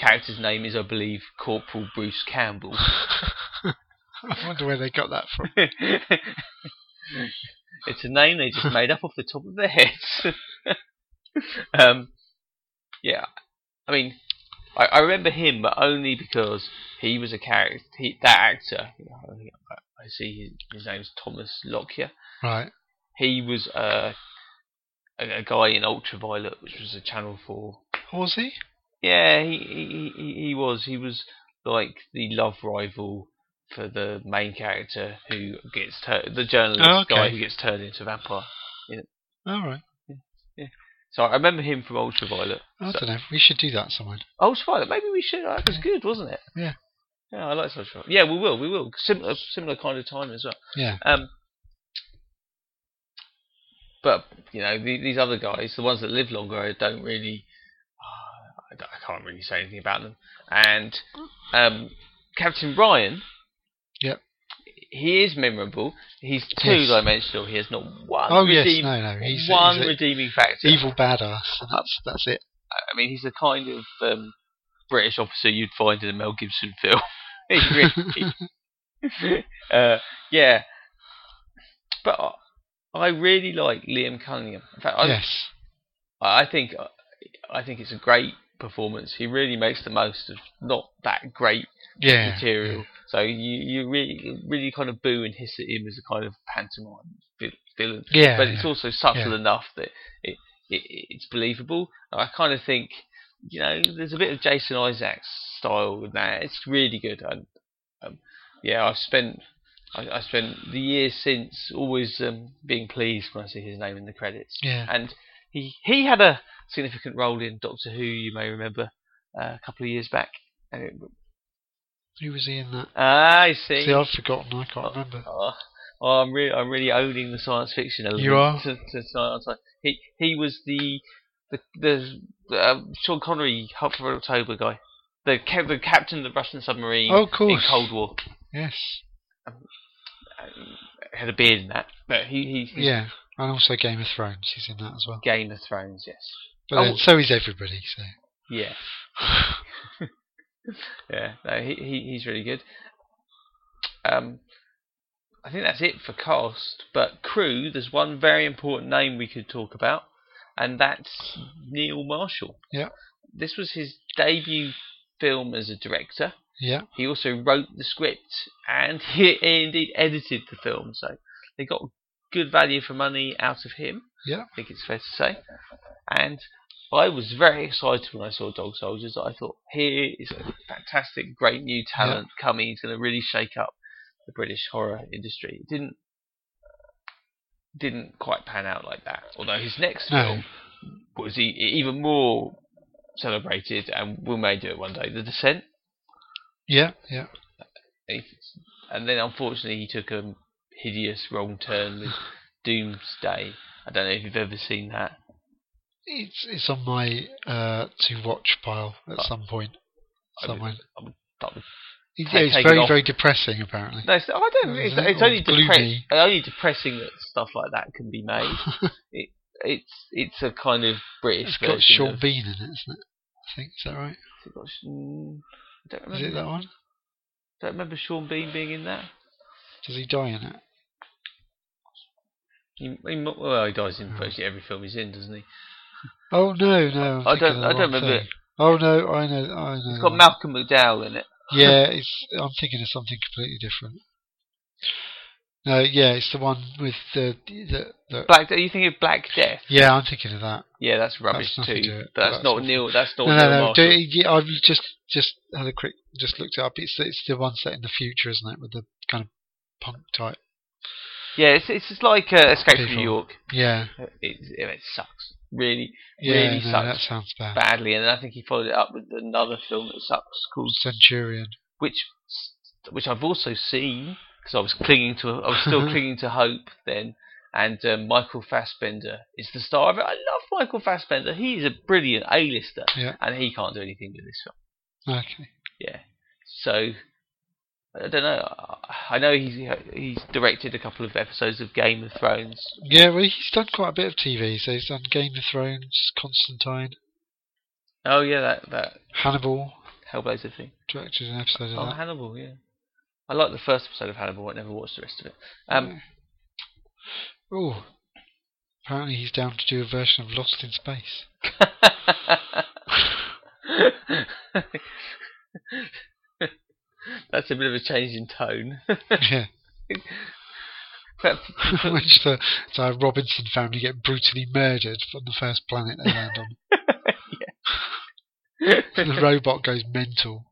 C: character's name is I believe Corporal Bruce Campbell.
D: I wonder where they got that from.
C: it's a name they just made up off the top of their heads. um, yeah, I mean, I, I remember him, but only because he was a character. He, that actor, you know, I, I see his, his name's Thomas Lockyer.
D: Right.
C: He was uh, a, a guy in Ultraviolet, which was a Channel Four
D: Was he?
C: yeah, he, he he- he he was he was like the love rival for the main character who gets tur- the journalist
D: Oh, okay.
C: guy who gets turned into a vampire.
D: All right.
C: So I remember him from Ultraviolet.
D: I
C: So-
D: don't know. We should do that someone.
C: Ultraviolet, Oh, maybe we should. That was good, wasn't it?
D: Yeah.
C: Yeah, I like Ultraviolet. Yeah, we will. We will. Similar similar kind of time as well.
D: Yeah.
C: Um, but you know the, these other guys, the ones that live longer, I don't really. uh, I, don't- I can't really say anything about them. And um, Captain Ryan.
D: Yep.
C: He is memorable. He's two-dimensional. He has not one.
D: Oh yes,
C: redeem-
D: no, no. He's,
C: one
D: he's
C: redeeming factor.
D: an evil badass. And that's that's it.
C: I mean, he's the kind of um, British officer you'd find in a Mel Gibson film. He really- uh, yeah. But I- I really like Liam Cunningham. In fact, I,
D: yes.
C: I think I think it's a great performance. He really makes the most of not that great
D: Yeah.
C: material. So you you really really kind of boo and hiss at him as a kind of pantomime vi- villain
D: Yeah.
C: but it's
D: yeah.
C: also subtle
D: Yeah.
C: enough that it, it it's believable. I kind of think, you know, there's a bit of Jason Isaacs style with that. It's really good. And um, yeah, I've spent I, I spent the years since always um, being pleased when I see his name in the credits.
D: yeah.
C: And he he had a significant role in Doctor Who, you may remember, uh, a couple of years back. And it-
D: Who was he in that?
C: Ah, I see.
D: See, I've forgotten. I can't remember.
C: Oh, oh, I'm really, I'm really owning the science fiction element.
D: You are?
C: To, to tonight. I was like- He, he was the, the the the uh, Sean Connery Hunt for October guy, the ca- the captain of the Russian submarine
D: Oh, of
C: in
D: course.
C: Cold War, Uh,
D: Yes.
C: had a beard in that. But he he, he's
D: Yeah. And also Game of Thrones. He's in that as well.
C: Game of Thrones, yes,
D: But
C: Oh.
D: then, so is everybody. So.
C: yeah, yeah. No, he, he he's really good. Um, I think that's it for cast. But crew, there's one very important name we could talk about, and that's Neil Marshall.
D: Yeah.
C: This was his debut film as a director.
D: Yeah.
C: He also wrote the script and he indeed edited the film, so they got good value for money out of him.
D: Yeah.
C: I think it's fair to say. And I was very excited when I saw Dog Soldiers. I thought here is a fantastic, great new talent coming. He's going to really shake up the British horror industry. It didn't didn't quite pan out like that. Although his next
D: No.
C: film was e- even more celebrated, and we may do it one day. The Descent.
D: Yeah. Yeah.
C: He- and then unfortunately he took a hideous wrong turn with Doomsday. I don't know if you've ever seen that.
D: It's it's on my uh, to watch pile at some point.
C: I would-
D: Somewhere.
C: I would- that would-
D: It-
C: ta-
D: it's
C: take
D: very
C: it off.
D: very depressing. Apparently.
C: No, it's, I don't. It's, it's only
D: Gloomy.
C: depressing. Only depressing that stuff like that can be made. it, it's it's a kind of British
D: It's
C: version.
D: got Sean
C: of,
D: Bean in it, isn't it? I think is that right?
C: has it got Sh- mm, I don't
D: Is
C: remember.
D: it that one?
C: don't remember Sean Bean being in that.
D: Does he die in it?
C: He, he, mu- well, he dies in virtually every film he's in, doesn't he?
D: Oh no, no. I'm
C: I
D: thinking
C: don't-
D: of the
C: I don't
D: wrong
C: remember
D: thing. Oh no, I know, I know.
C: It's
D: the
C: got
D: one.
C: Malcolm McDowell in it.
D: Yeah, it's. I'm thinking of something completely different. No, yeah, it's the one with the the. the
C: Black. Are you thinking of Black Death?
D: yeah, I'm thinking of that.
C: Yeah, that's rubbish too.
D: nothing to it.
C: But that's,
D: That's
C: not
D: nothing.
C: Neil. That's not
D: No,
C: Neil
D: no, no. Do,
C: Marshall.
D: yeah, I've just just had a quick just looked it up. It's it's the one set in the future, isn't it? With the kind of punk type.
C: Yeah, it's it's just like uh, Escape from
D: People.
C: New York.
D: Yeah,
C: It, it, it sucks really
D: yeah.
C: Really
D: no,
C: sucks.
D: that sounds bad.
C: badly, and I think he followed it up with another film that sucks called
D: Centurion.
C: which which I've also seen because I was clinging to I was still clinging to hope then. And um, Michael Fassbender is the star of it. I love Michael Fassbender. He is a brilliant A-lister,
D: Yeah.
C: and he can't do anything with this film.
D: Okay.
C: yeah. So I don't know. I- I know he's he's directed a couple of episodes of Game of Thrones.
D: Yeah, well, he's done quite a bit of TV. So he's done Game of Thrones, Constantine,
C: Oh yeah, that that
D: Hannibal.
C: Hellblazer thing.
D: Directed an episode of
C: Oh
D: that.
C: Hannibal, yeah. I liked the first episode of Hannibal. I never watched the rest of it. Um,
D: Oh, apparently he's down to do a version of Lost in Space.
C: that's a bit of a change in tone.
D: yeah, which the, the Robinson family get brutally murdered on the first planet they land on. And the robot goes mental.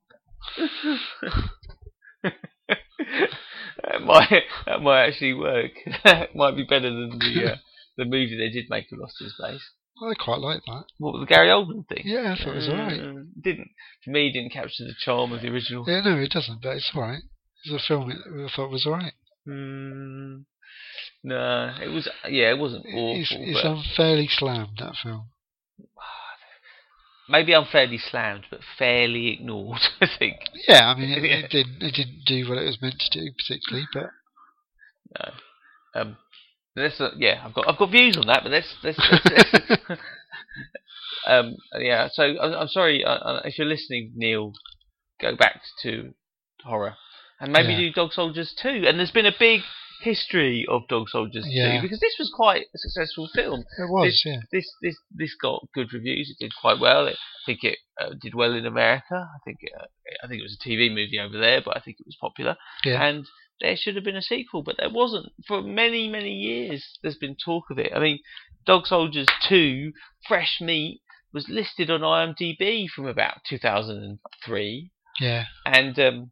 C: that might that might actually work. that might be better than the uh, the movie they did make of Lost in Space.
D: I quite like that.
C: What the Gary Oldman thing?
D: Yeah, I thought it was alright.
C: Uh, Didn't for me it didn't capture the charm of the original.
D: Yeah, no, it doesn't, but it's alright. It's a film that I thought was alright.
C: Mm, no, it was yeah, it wasn't awful,
D: It's, it's
C: but
D: unfairly slammed, that film.
C: maybe unfairly slammed, but fairly ignored. I think.
D: Yeah, I mean, it,
C: Yeah.
D: it, didn't, it didn't do what it was meant to do, particularly, but
C: Um, let's, uh, yeah, I've got I've got views on that, but let's let's. let's, let's- um, yeah, so I'm, I'm sorry uh, uh, if you're listening, Neil. Go back to horror, and maybe
D: Yeah.
C: do Dog Soldiers too. And there's been a big history of Dog Soldiers
D: Yeah.
C: too, because this was quite a successful film.
D: it was, yeah.
C: This this this got good reviews. It did quite well. It, I think it uh, did well in America. I think uh, I think it was a TV movie over there, but I think it was popular
D: Yeah.
C: and there should have been a sequel, but there wasn't. For many, many years, there's been talk of it. I mean, Dog Soldiers 2, Fresh Meat, was listed on IMDb from about 2003,
D: Yeah.
C: and um,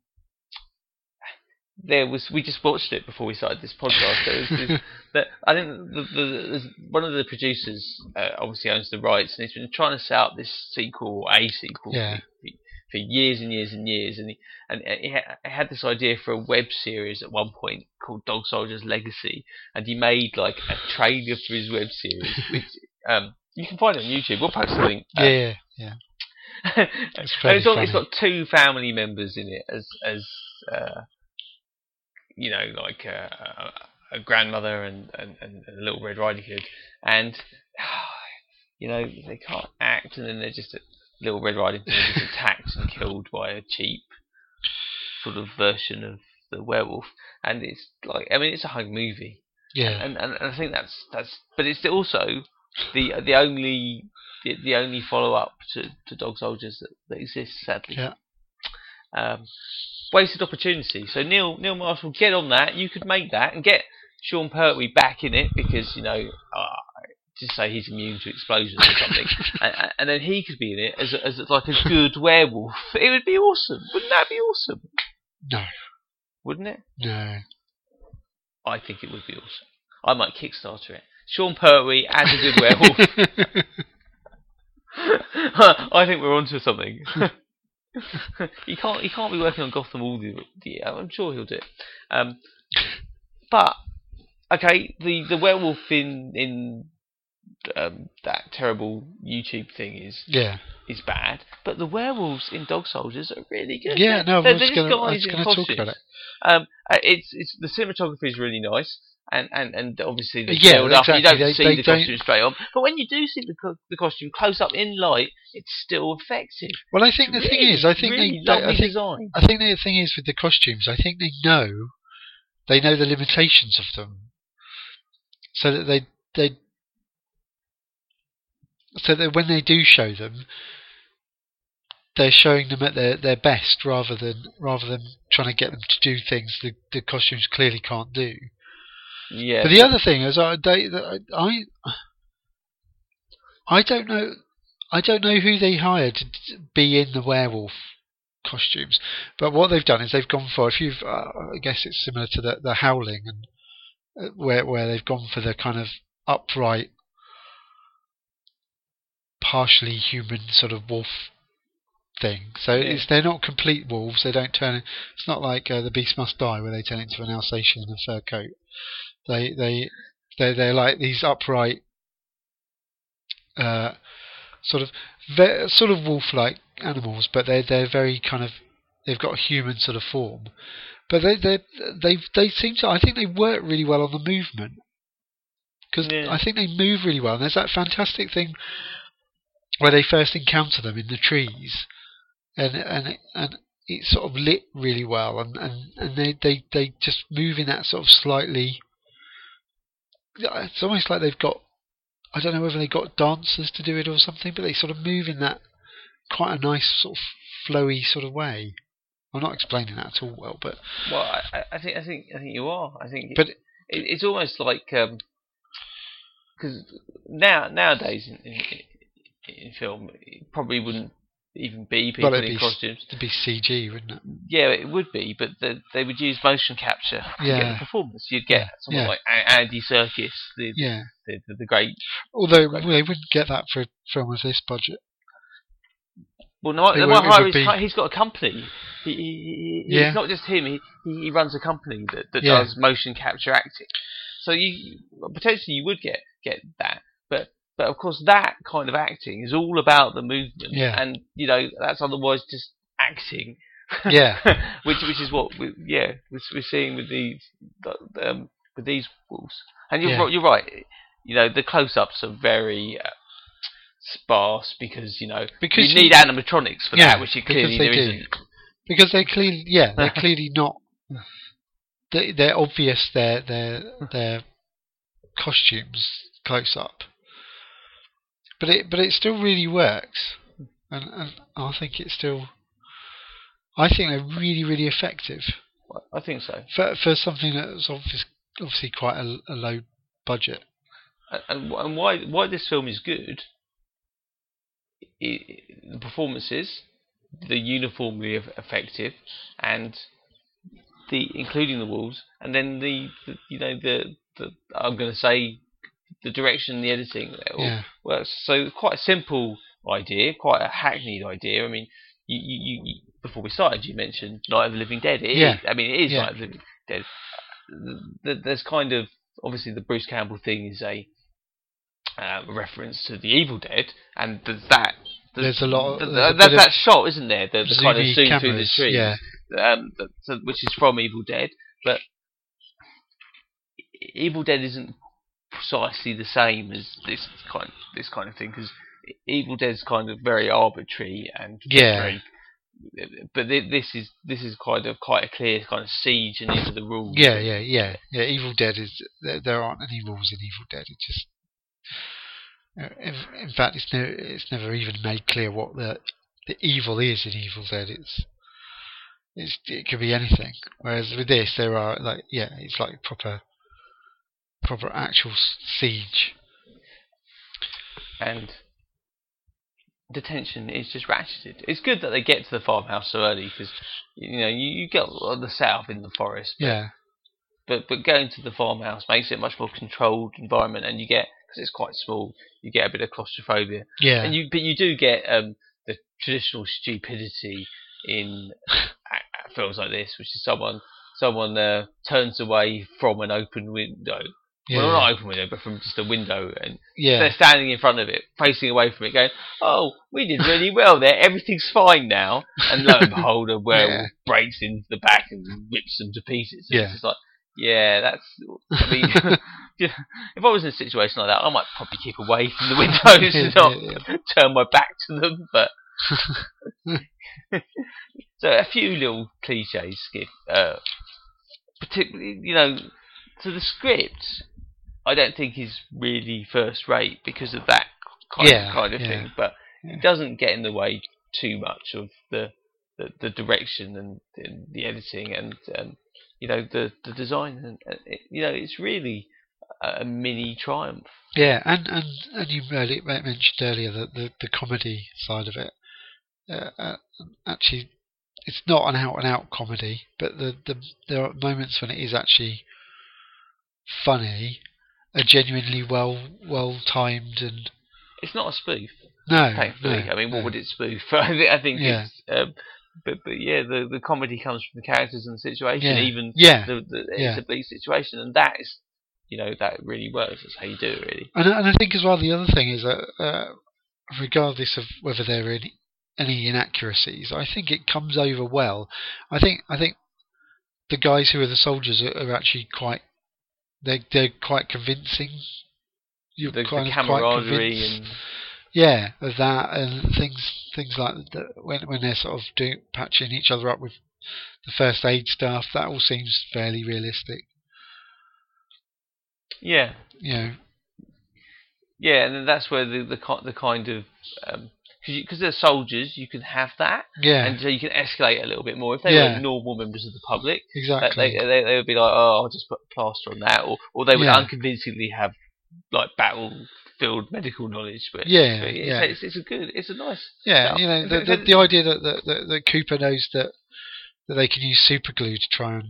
C: there was we just watched it before we started this podcast. There was this, that I think the, the, there's one of the producers uh, obviously owns the rights, and he's been trying to set up this sequel, or a sequel,
D: Yeah.
C: for, for years and years and years. And he and uh, he ha- had this idea for a web series at one point called Dog Soldier's Legacy, and he made like a trailer for his web series, which um, You can find it on YouTube. We'll post the link.
D: Yeah, yeah, yeah.
C: Uh, and
D: fairly
C: it's, got, it's
D: funny.
C: got two family members in it as as uh, you know like uh, a grandmother and, and, and a little red riding hood and you know they can't act and then they're just little red riding hood is attacked and killed by a cheap sort of version of the werewolf and it's like i mean it's a hug movie
D: yeah.
C: and, and, and I think that's that's. But it's also the the only the, the only follow up to, to Dog Soldiers that, that exists, sadly.
D: Yeah.
C: Um, wasted opportunity. So Neil Neil Marshall, get on that. You could make that and get Sean Pertwee back in it because you know. ah, just say he's immune to explosions or something, and, and- and then he could be in it as a, as a- like a good werewolf. It would be awesome, wouldn't that be awesome?
D: No,
C: Wouldn't it?
D: no.
C: I think it would be awesome. I might Kickstarter it. Sean Pertwee as a good werewolf. I think we're onto something. he can't. He can't be working on Gotham all the, the year. I'm sure he'll do it. Um, but okay, the the werewolf in in um, that terrible YouTube thing is
D: yeah.
C: is bad. But the werewolves in Dog Soldiers are really good.
D: Yeah, no, I
C: They're-
D: was
C: they're just
D: gonna- I
C: guys
D: was
C: in
D: gonna talk about
C: costumes.
D: it.
C: Um, uh, it's it's the cinematography is really nice, and and and obviously they
D: Yeah,
C: build up. You
D: exactly,
C: don't
D: they-
C: see
D: they
C: the
D: don't-
C: costume straight on, but when you do see the co- the costume close up in light, it's still effective.
D: Well, I think the thing
C: Really-
D: is, I think
C: really
D: they,
C: lovely
D: they I think
C: design.
D: I think the thing is with the costumes, I think they know they know the limitations of them, so that they they so that when they do show them, they're showing them at their, their best rather than rather than trying to get them to do things the the costumes clearly can't do.
C: Yeah,
D: But the other thing is, I they, that I I don't know I don't know who they hired to t- be in the werewolf costumes, but what they've done is they've gone for if you've uh, I guess it's similar to the the howling and uh, where where they've gone for the kind of upright, partially human sort of wolf thing. So
C: Yeah.
D: it's they're not complete wolves. They don't turn. It's not like uh, the Beast Must Die where they turn into an Alsatian in a fur coat. They they they they're like these upright, uh, sort of ve- sort of wolf-like animals, but they're they're very kind of they've got a human sort of form. But they they they they seem to. I think they work really well on the movement because
C: Yeah.
D: I think they move really well. And there's that fantastic thing where they first encounter them in the trees, and and and it's sort of lit really well, and and, and they, they they just move in that sort of slightly. It's almost like they've got. I don't know whether they got dancers to do it or something, but they sort of move in that quite a nice sort of flowy sort of way. I'm not explaining that at all well, but
C: well, I, I- I think I think I think you are. I think,
D: But-
C: it, it's almost like because now nowadays in, in in film it probably wouldn't even be people
D: Well, it'd
C: in
D: be s-
C: costumes.
D: it'd be CG, wouldn't it?
C: Yeah, it would be, but the, they would use motion capture to get
D: Yeah.
C: the performance. You'd get
D: Yeah,
C: someone
D: yeah.
C: like A- Andy Serkis, the,
D: Yeah.
C: the, the, the great.
D: Although
C: Great.
D: they wouldn't get that for a film of this budget.
C: Well, no,
D: It
C: no,
D: would- it
C: Hire
D: would
C: is-
D: be-
C: he's got a company. He, he, he,
D: Yeah.
C: It's not just him. He, he he runs a company that, that
D: Yeah.
C: does motion capture acting. So you potentially you would get get that, but but of course that kind of acting is all about the movement,
D: Yeah.
C: and you know that's otherwise just acting.
D: Yeah.
C: which which is what we, yeah we're, we're seeing with these the- um, with these wolves. And you're
D: Yeah.
C: ri- you're right. You know the close-ups are very uh, sparse because you know
D: Because
C: you
D: you-
C: need animatronics for
D: Yeah,
C: that, which it
D: because
C: clearly
D: they
C: there
D: do.
C: isn't.
D: Because they're clearly, yeah, they're clearly not. They, they're obvious. Their their their costumes close up, but it but it still really works, and, and I think it's still. I think they're really really effective
C: I think so.
D: for for something that's obvious, obviously quite a, a low budget.
C: And- And and why why this film is good? i the performances, the uniformly eff- effective, and the including the wolves, and then the, the you know the, the I'm going to say the direction, the editing. It all
D: Yeah.
C: works. So quite a simple idea, quite a hackneyed idea. I mean, you, you, you, you before we started, you mentioned Night of the Living Dead. It is-
D: Yeah.
C: I mean, it is
D: Yeah.
C: Night of the Living Dead. Th- th- There's kind of obviously the Bruce Campbell thing is a um, reference to the Evil Dead, and there's that.
D: There's a lot of-
C: th-
D: there's a
C: that's
D: bit
C: that
D: of
C: shot, isn't there? The, the kind of
D: zoomy
C: zoom through the
D: cameras,
C: trees,
D: yeah.
C: um, that, so, which is from Evil Dead. But Evil Dead isn't precisely the same as this kind this kind of thing because Evil Dead's kind of very arbitrary and
D: Yeah.
C: very- but thi- this is this is kind of quite a clear kind of siege and into the rules.
D: Yeah, yeah, yeah, yeah. Evil Dead is there, there aren't any rules in Evil Dead. It just, uh, in, in fact, it's never it's never even made clear what the the evil is in Evil Dead. It's it's it could be anything. Whereas with this, there are like yeah, it's like proper proper actual s- siege.
C: and the tension is just ratcheted. It's good that they get to the farmhouse so early because you know you, you get on the south in the forest,
D: Yeah,
C: but but going to the farmhouse makes it a much more controlled environment, and you get because it's quite small, you get a bit of claustrophobia,
D: yeah,
C: and you but you do get um, the traditional stupidity in a- a- films like this, which is someone someone uh, turns away from an open window,
D: yeah,
C: well not open window, but from just a window, and
D: yeah,
C: they're standing in front of it, facing away from it, going, "Oh, we did really well there. Everything's fine now." And lo and behold, a werewolf
D: Yeah.
C: breaks into the back and rips them to pieces. And
D: Yeah.
C: It's just like, yeah, that's. I mean, yeah, if I was in a situation like that, I might probably keep away from the windows and not
D: Yeah,
C: turn my back to them. But so a few little cliches, Skip. Uh, particularly, you know, so the script, I don't think is really first rate because of that kind
D: Yeah,
C: of, kind of
D: yeah.
C: thing. But it doesn't get in the way too much of the the, the direction and, and the editing and um, you know the the design and uh, it, you know it's really a a mini triumph.
D: yeah. And and and you early- mentioned earlier that the the comedy side of it uh, uh, actually it's not an out and out comedy, but the, the there are moments when it is actually funny, are genuinely well well timed and
C: It's not a spoof.
D: no,
C: thankfully.
D: no,
C: I mean,
D: no.
C: what would it spoof? I thi- I think
D: Yeah.
C: it's. Um, but, but yeah, the, the comedy comes from the characters and the situation,
D: Yeah.
C: even
D: Yeah.
C: the, the
D: Yeah.
C: it's a bleak situation, and that is, you know, that really works. That's how you do it, really.
D: And, I- and I think as well the other thing is that uh, regardless of whether there are any, any inaccuracies, I think it comes over well. I think I think the guys who are the soldiers are, are actually quite they they're quite convincing. You're
C: The, the
D: kind of quite
C: camaraderie
D: convinced.
C: and
D: yeah, of that and things things like that. When when they're sort of doing patching each other up with the first aid stuff, that all seems fairly realistic.
C: yeah,
D: You know,
C: yeah, and then that's where the the, ki- the kind of um, because they're soldiers, you can have that,
D: yeah,
C: and uh, so you can escalate a little bit more. If they
D: Yeah.
C: were normal members of the public, Like,
D: exactly.
C: they, they they would be like, oh, I'll just put a plaster on that, or or they would
D: Yeah.
C: unconvincingly have like battlefield medical knowledge. But
D: Yeah,
C: but it's,
D: yeah.
C: it's, it's a good, it's a nice. Yeah.
D: Yeah, you know, the,
C: Th-
D: the,
C: th-
D: the idea that, that, that, that Cooper knows that that they can use super glue to try and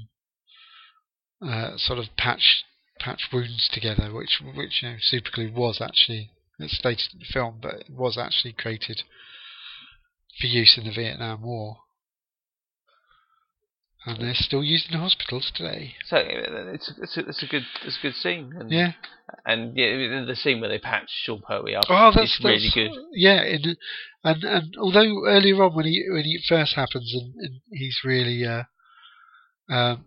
D: uh, sort of patch patch wounds together, which which you know super glue was actually it's stated in the film, but it was actually created for use in the Vietnam War, and they're still used in hospitals today.
C: So uh, it's it's a, it's a good it's a good scene. And,
D: Yeah.
C: and yeah, the- the scene where they patch Sean Pertwee up.
D: Oh, that's,
C: it's really
D: that's-
C: good.
D: Yeah, and, and and although earlier on when he when he first happens and, and he's really, uh, um,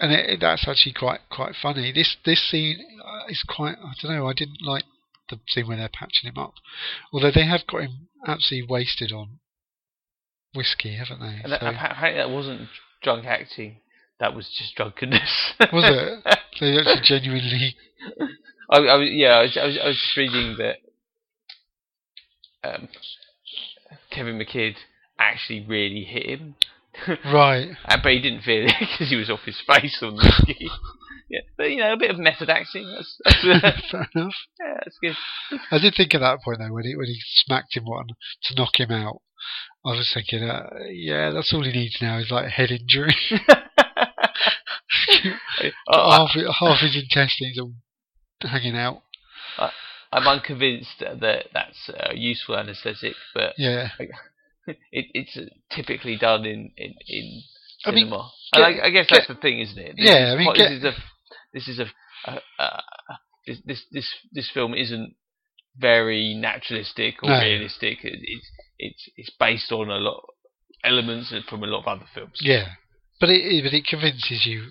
D: and it, it- that's actually quite quite funny. This this scene uh, is quite. I don't know. I didn't like the scene where they're patching him up, although they have got him absolutely wasted on whiskey, haven't they?
C: And uh, that,
D: So-
C: appa- apparently that wasn't drunk acting. That was just drunkenness.
D: was it? They actually genuinely.
C: I, I was- yeah, I was, I was, I was just reading that um, Kevin McKidd actually really hit him,
D: Right.
C: and, but he didn't feel it because he was off his face on the ski. yeah, but you know, a bit of method acting. That's, that's, uh,
D: Fair enough.
C: yeah, that's good.
D: I did think at that point though, when he when he smacked him one to knock him out, I was thinking, uh, yeah, that's all he needs now is like a head injury.
C: Oh, I,
D: half half his intestines are hanging out.
C: I'm unconvinced that that's a useful anaesthetic, but
D: Yeah,
C: it, it's typically done in in, in
D: I mean,
C: cinema. and
D: get-
C: I, I guess that's the thing, isn't it?
D: yeah, I
C: is
D: mean,
C: quite-
D: get-
C: this is a this is a, a, a this this this, this film isn't very naturalistic or
D: No.
C: realistic. It, it's it's it's based on a lot elements from a lot of other films.
D: Yeah, but it- it but it convinces you.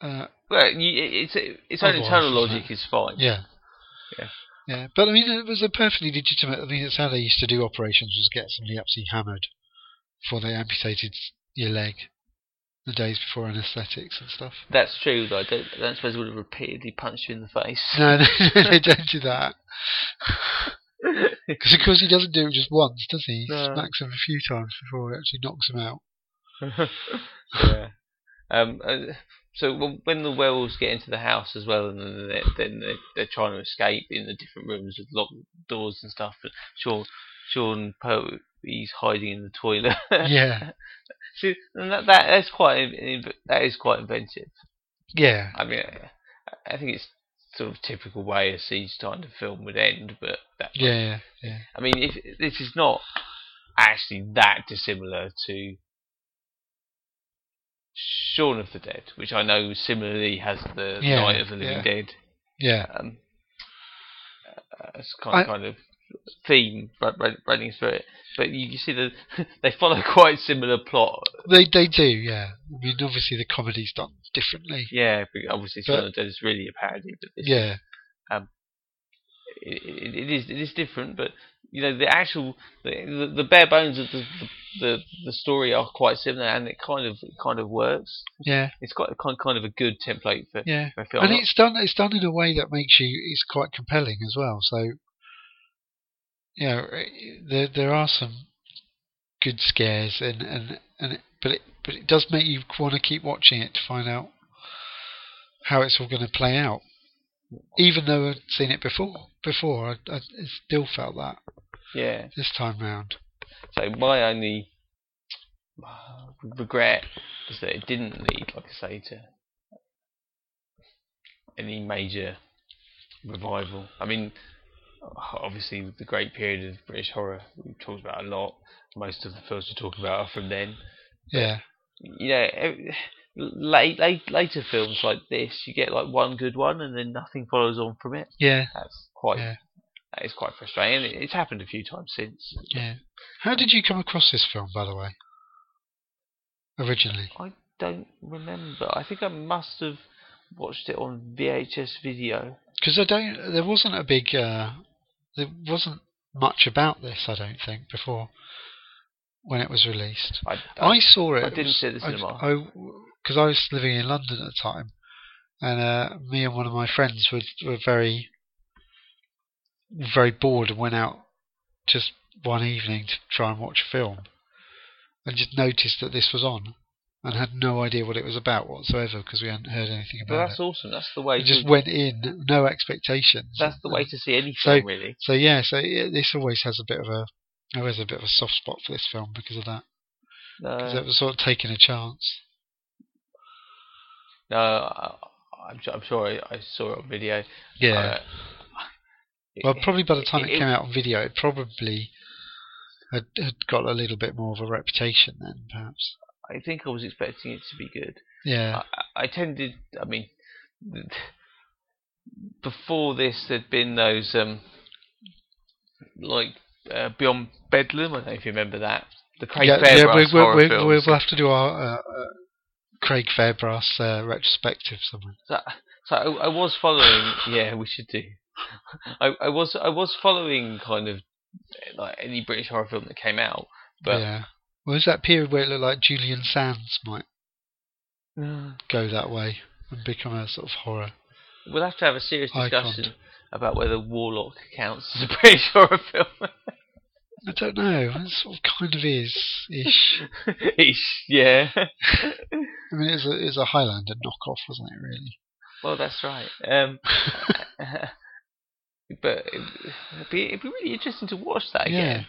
D: Uh,
C: Well, you, it- it's its own
D: Otherwise,
C: internal
D: isn't
C: logic is fine.
D: yeah.
C: Yeah.
D: Yeah, but I mean, it was a perfectly legitimate. I mean, it's how they used to do operations was get somebody absolutely hammered before they amputated your leg the days before anaesthetics and stuff.
C: That's true, though. I don't, I don't suppose it would have repeatedly punched you in the face.
D: No, no, they don't do that. Because, of course, he doesn't do it just once, does he? He
C: No.
D: smacks him a few times before he actually knocks him out.
C: yeah. Um. uh, so w- when the werewolves get into the house as well, and then they're, then they're, they're trying to escape in the different rooms with locked doors and stuff. And Sean, Sean Poe, he's hiding in the toilet.
D: yeah,
C: See, and that, that that's quite in- in- that is quite inventive.
D: yeah,
C: I mean, I- I think it's sort of typical way a siege kind of film would end, but that,
D: yeah, yeah.
C: I mean, if, this is not actually that dissimilar to Shaun of the Dead, which I know similarly has the
D: Yeah,
C: Night of the Living
D: yeah.
C: Dead
D: yeah.
C: um, uh, as kind,
D: I-
C: kind of theme ru- ru- running through it. But you, you see the they follow quite similar plot.
D: They they do, yeah. I mean, obviously the comedy's done differently.
C: Yeah, but obviously
D: But-
C: Shaun of the Dead is really a parody, but this
D: Yeah,
C: it, it, it is it is different, but you know the actual the, the, the bare bones of the, the the the story are quite similar, and it kind of it kind of works.
D: yeah,
C: It's quite kind kind of a good template for,
D: yeah.
C: for a film.
D: And it's done it's done in a way that makes you it's quite compelling as well. So, you know, i- there there are some good scares and and and it, but it but it does make you want to keep watching it to find out how it's all going to play out. Even though I'd seen it before, before I, I still felt that
C: yeah.
D: this time round.
C: So my only uh, regret is that it didn't lead, like I say, to any major revival. I mean, obviously, with the great period of British horror we've talked about a lot. Most of the films we talk about are from then.
D: Yeah,
C: you know, ev- late, late later films like this, you get like one good one and then nothing follows on from it.
D: yeah,
C: That's quite
D: Yeah.
C: that is quite frustrating. And it- It's happened a few times since.
D: yeah. How did you come across this film, by the way? Originally,
C: I don't remember. I think I must have watched it on VHS video.
D: because I don't. There wasn't a big. Uh, there wasn't much about this. I don't think before when it was released.
C: I,
D: I saw it.
C: I didn't see it at the cinema.
D: Because I, was living in London at the time, and uh, me and one of my friends were were very, very bored and went out just one evening to try and watch a film, and just noticed that this was on, and had no idea what it was about whatsoever because we hadn't heard anything
C: but
D: about
C: that's
D: it.
C: awesome. That's the way.
D: We just
C: to,
D: went in, no expectations.
C: that's the way to see any
D: So-
C: film, really.
D: So yeah, so it, this always has a bit of a always a bit of a soft spot for this film because of that.
C: No,
D: Because it was sort of taking a chance.
C: no. I, I'm, su- I'm sure I, I saw it on video. Uh,
D: Yeah. Well, probably by the time it,
C: it-
D: came out on video, it probably had, had got a little bit more of a reputation then, perhaps.
C: I think I was expecting it to be good.
D: Yeah,
C: I, I tended. I mean, before this, there'd been those um, like uh, Beyond Bedlam. I don't know if you remember that. The Craig
D: yeah, yeah.
C: Fairbrass
D: We,
C: horror
D: we, we,
C: films.
D: we'll have to do our uh, uh, Craig Fairbrass uh, retrospective somewhere.
C: So, so I, I was following. yeah, we should do. I, I was I was following kind of like any British horror film that came out, but
D: yeah. Well, it was that period where it looked like Julian Sands might go that way and become a sort of horror?
C: we'll have to have a serious
D: I can't.
C: discussion about whether Warlock counts as a British horror film.
D: I don't know. It sort of kind of is ish.
C: Ish, yeah.
D: I mean, it's a it's a Highlander knockoff, wasn't it? Really?
C: well, that's right. Um, but it'd be, it'd be really interesting to watch that again.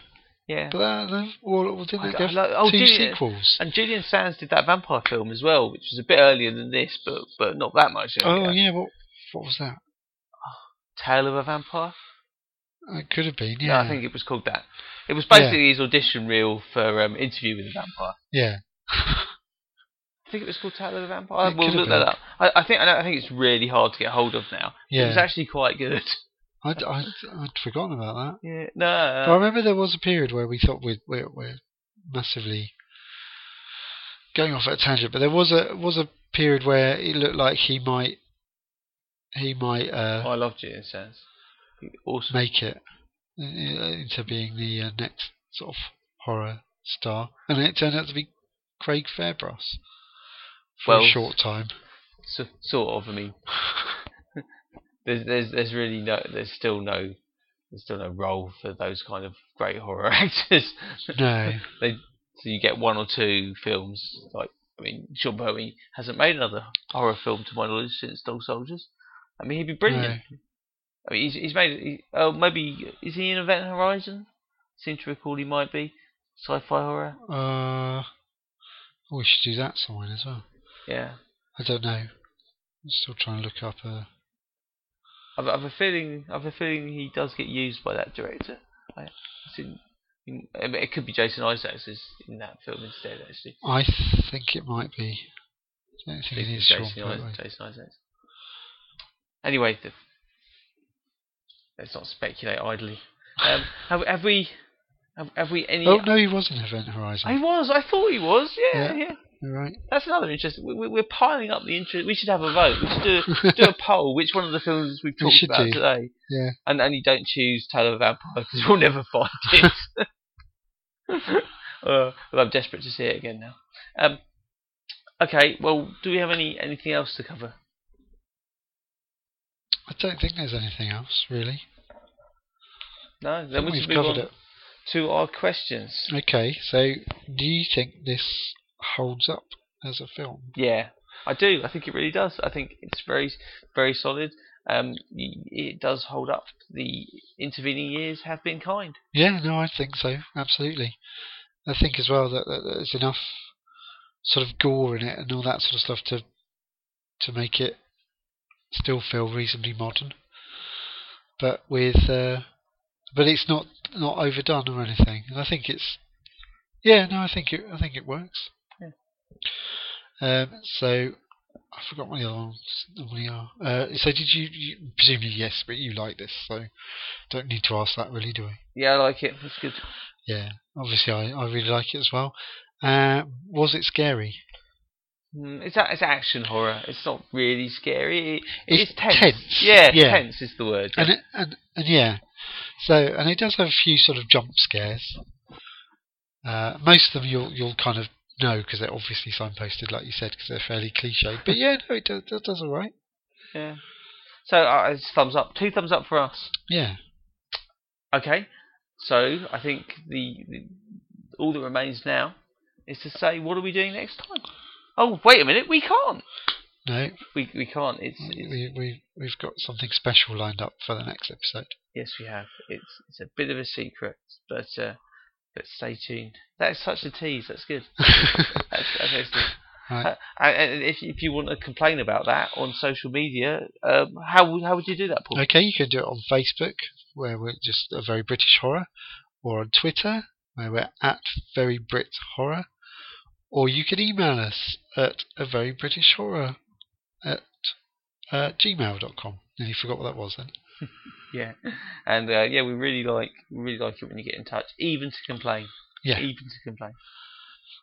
C: Yeah.
D: But that, that, well, didn't
C: I
D: they
C: got-
D: go
C: I
D: for
C: like- oh,
D: two
C: Julian-
D: sequels?
C: And Julian Sands did that vampire film as well, which was a bit earlier than this, but but not that much.
D: Oh
C: earlier.
D: yeah, what what was that?
C: Tale of a Vampire.
D: It could have been,
C: Yeah,
D: yeah.
C: I think it was called that. It was
D: Yeah.
C: basically his audition reel for um, Interview with a Vampire.
D: Yeah.
C: I think it was called Tale of the Vampire.
D: It
C: we'll
D: could
C: look
D: have
C: that
D: been.
C: up. I, I think I, know, I think it's really hard to get hold of now.
D: Yeah.
C: It's actually quite good.
D: I'd, I'd, I'd forgotten about that.
C: Yeah.
D: But I
C: No.
D: remember there was a period where we thought we'd, we're, we're massively going off at a tangent, but there was a was a period where it looked like he might he might
C: Oh,
D: uh,
C: I love GSS. Awesome.
D: make it uh, into being the uh, next sort of horror star, and it turned out to be Craig Fairbrass for
C: Well,
D: a short time.
C: So, sort of. I mean, there's there's there's really no there's still no there's still no role for those kind of great horror actors.
D: No,
C: they so you get one or two films like I mean Sean Pertwee hasn't made another horror film to my knowledge since Dog Soldiers. I mean he'd be brilliant. I mean he's he's made he, oh maybe is he in Event Horizon? Seem to recall he might be sci-fi horror.
D: no. Uh, we should do that someone as well.
C: Yeah,
D: I don't know. I'm still trying to look up. Uh,
C: I've, I've a feeling I've a feeling he does get used by that director. I, I think- I mean, it could be Jason Isaacs is in that film instead actually.
D: I think it might be. I don't think it is Sean
C: Jason,
D: Pertwee.
C: Isaacs, Jason Isaacs. Anyway, the, let's not speculate idly. Um, have, have we? Have, have we any?
D: Oh no, he was in Event Horizon.
C: I was. I thought he was. Yeah, yeah.
D: Yeah.
C: yeah.
D: You're right.
C: That's another interesting. We, we, we're piling up the interest. We should have a vote. We should do, do a poll. Which one of the films we've
D: We
C: talked
D: should
C: about
D: do.
C: today?
D: Yeah.
C: And and you don't choose Tale of a Vampire because we'll never find it. uh, well, I'm desperate to see it again now. Um, okay. Well, do we have any anything else to cover?
D: I don't think there's anything else really.
C: No.
D: I
C: Then
D: think
C: we
D: we've
C: should move
D: covered Mm.
C: on to our questions.
D: it. Okay, so do you think this holds up as a film?
C: Yeah, I do. I think it really does. I think it's very, very solid. Um, y- it does hold up. The intervening years have been kind.
D: Yeah, no, I think so. Absolutely. I think as well that, that there's enough sort of gore in it and all that sort of stuff to to make it still feel reasonably modern, but with uh, but it's not not overdone or anything. And I think it's yeah, no, I think it I think it works.
C: Yeah.
D: Um, so. I forgot what the other ones normally are. Uh, so did you, you? Presumably yes, but you like this, so don't need to ask that really, do we?
C: Yeah, I like it. It's good.
D: Yeah, obviously I, I really like it as well. Uh, was it scary?
C: Mm, It's a, it's action horror. It's not really scary. It,
D: It's
C: it's, tense.
D: tense.
C: Yeah,
D: Yeah.
C: tense is the word.
D: And, it, and and yeah, so and it does have a few sort of jump scares. Uh, most of them you'll you'll kind of know because they're obviously signposted, like you said, because they're fairly cliche. But yeah, no, it does, that does all right.
C: yeah. So uh, it's thumbs up. Two thumbs up for us.
D: Yeah,
C: Okay. So I think the, the all that remains now is to say what are we doing next time? Oh wait a minute, we can't.
D: no,
C: We we can't. It's, it's
D: we we we've got something special lined up for the next episode.
C: Yes, we have. It's it's a bit of a secret, but uh, but stay tuned. That's such a tease. That's good. That's, that's excellent.
D: Right.
C: Uh, and and if if you want to complain about that on social media, um, how would how would you do that, Paul?
D: Okay, you can do it on Facebook, where we're just a very British horror, or on Twitter, where we're at very Brit horror, or you can email us at a very British horror at uh, gmail.com. Nearly forgot what that was then.
C: Yeah, and uh, yeah, we really like we really like it when you get in touch, even to complain.
D: Yeah.
C: even to complain.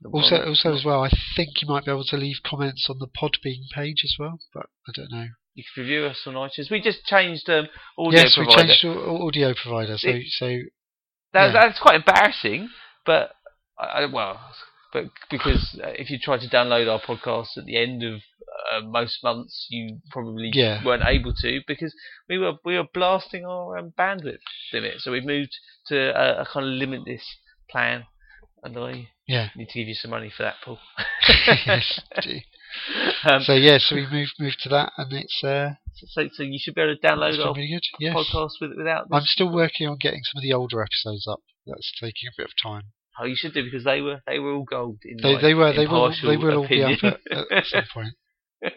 C: The
D: Also,
C: one-
D: also as well, I think you might be able to leave comments on the Podbean page as well, but I don't know.
C: you can review us on iTunes. We just changed um, audio
D: yes, we
C: provider.
D: changed au- audio provider, so
C: It-
D: so
C: That,
D: Yeah.
C: That's quite embarrassing, but I, I- well, but because uh, if you try to download our podcast at the end of uh, most months, you probably
D: Yeah.
C: weren't able to because we were we were blasting our um, bandwidth limit. So we've moved to a, a kind of limitless plan, and I
D: yeah.
C: need to give you some money for that, Paul.
D: yes. do.
C: um,
D: So yeah, so we moved moved to that, and it's uh,
C: so, so you should be able to
D: it's
C: download
D: been
C: our
D: really good. Yes.
C: podcast with, without.
D: I'm still working on getting some of the older episodes up. That's taking a bit of time.
C: Oh, you should do because they were they were all gold. In
D: They,
C: my
D: they were they will
C: impartial
D: they will all be up
C: opinion.
D: at, at some point.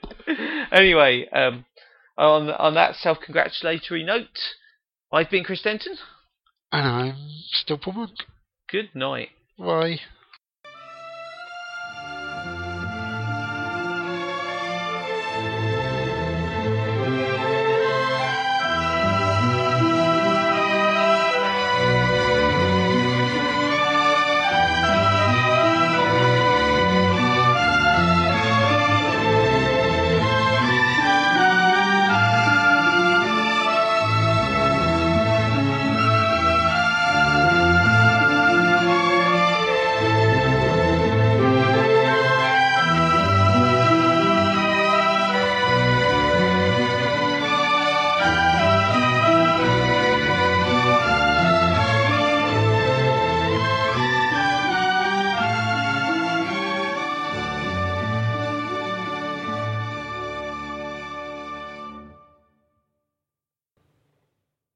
C: anyway, um, on on that self-congratulatory note, I've been Chris Denton.
D: And I'm still Paul Monk.
C: Good night.
D: Why?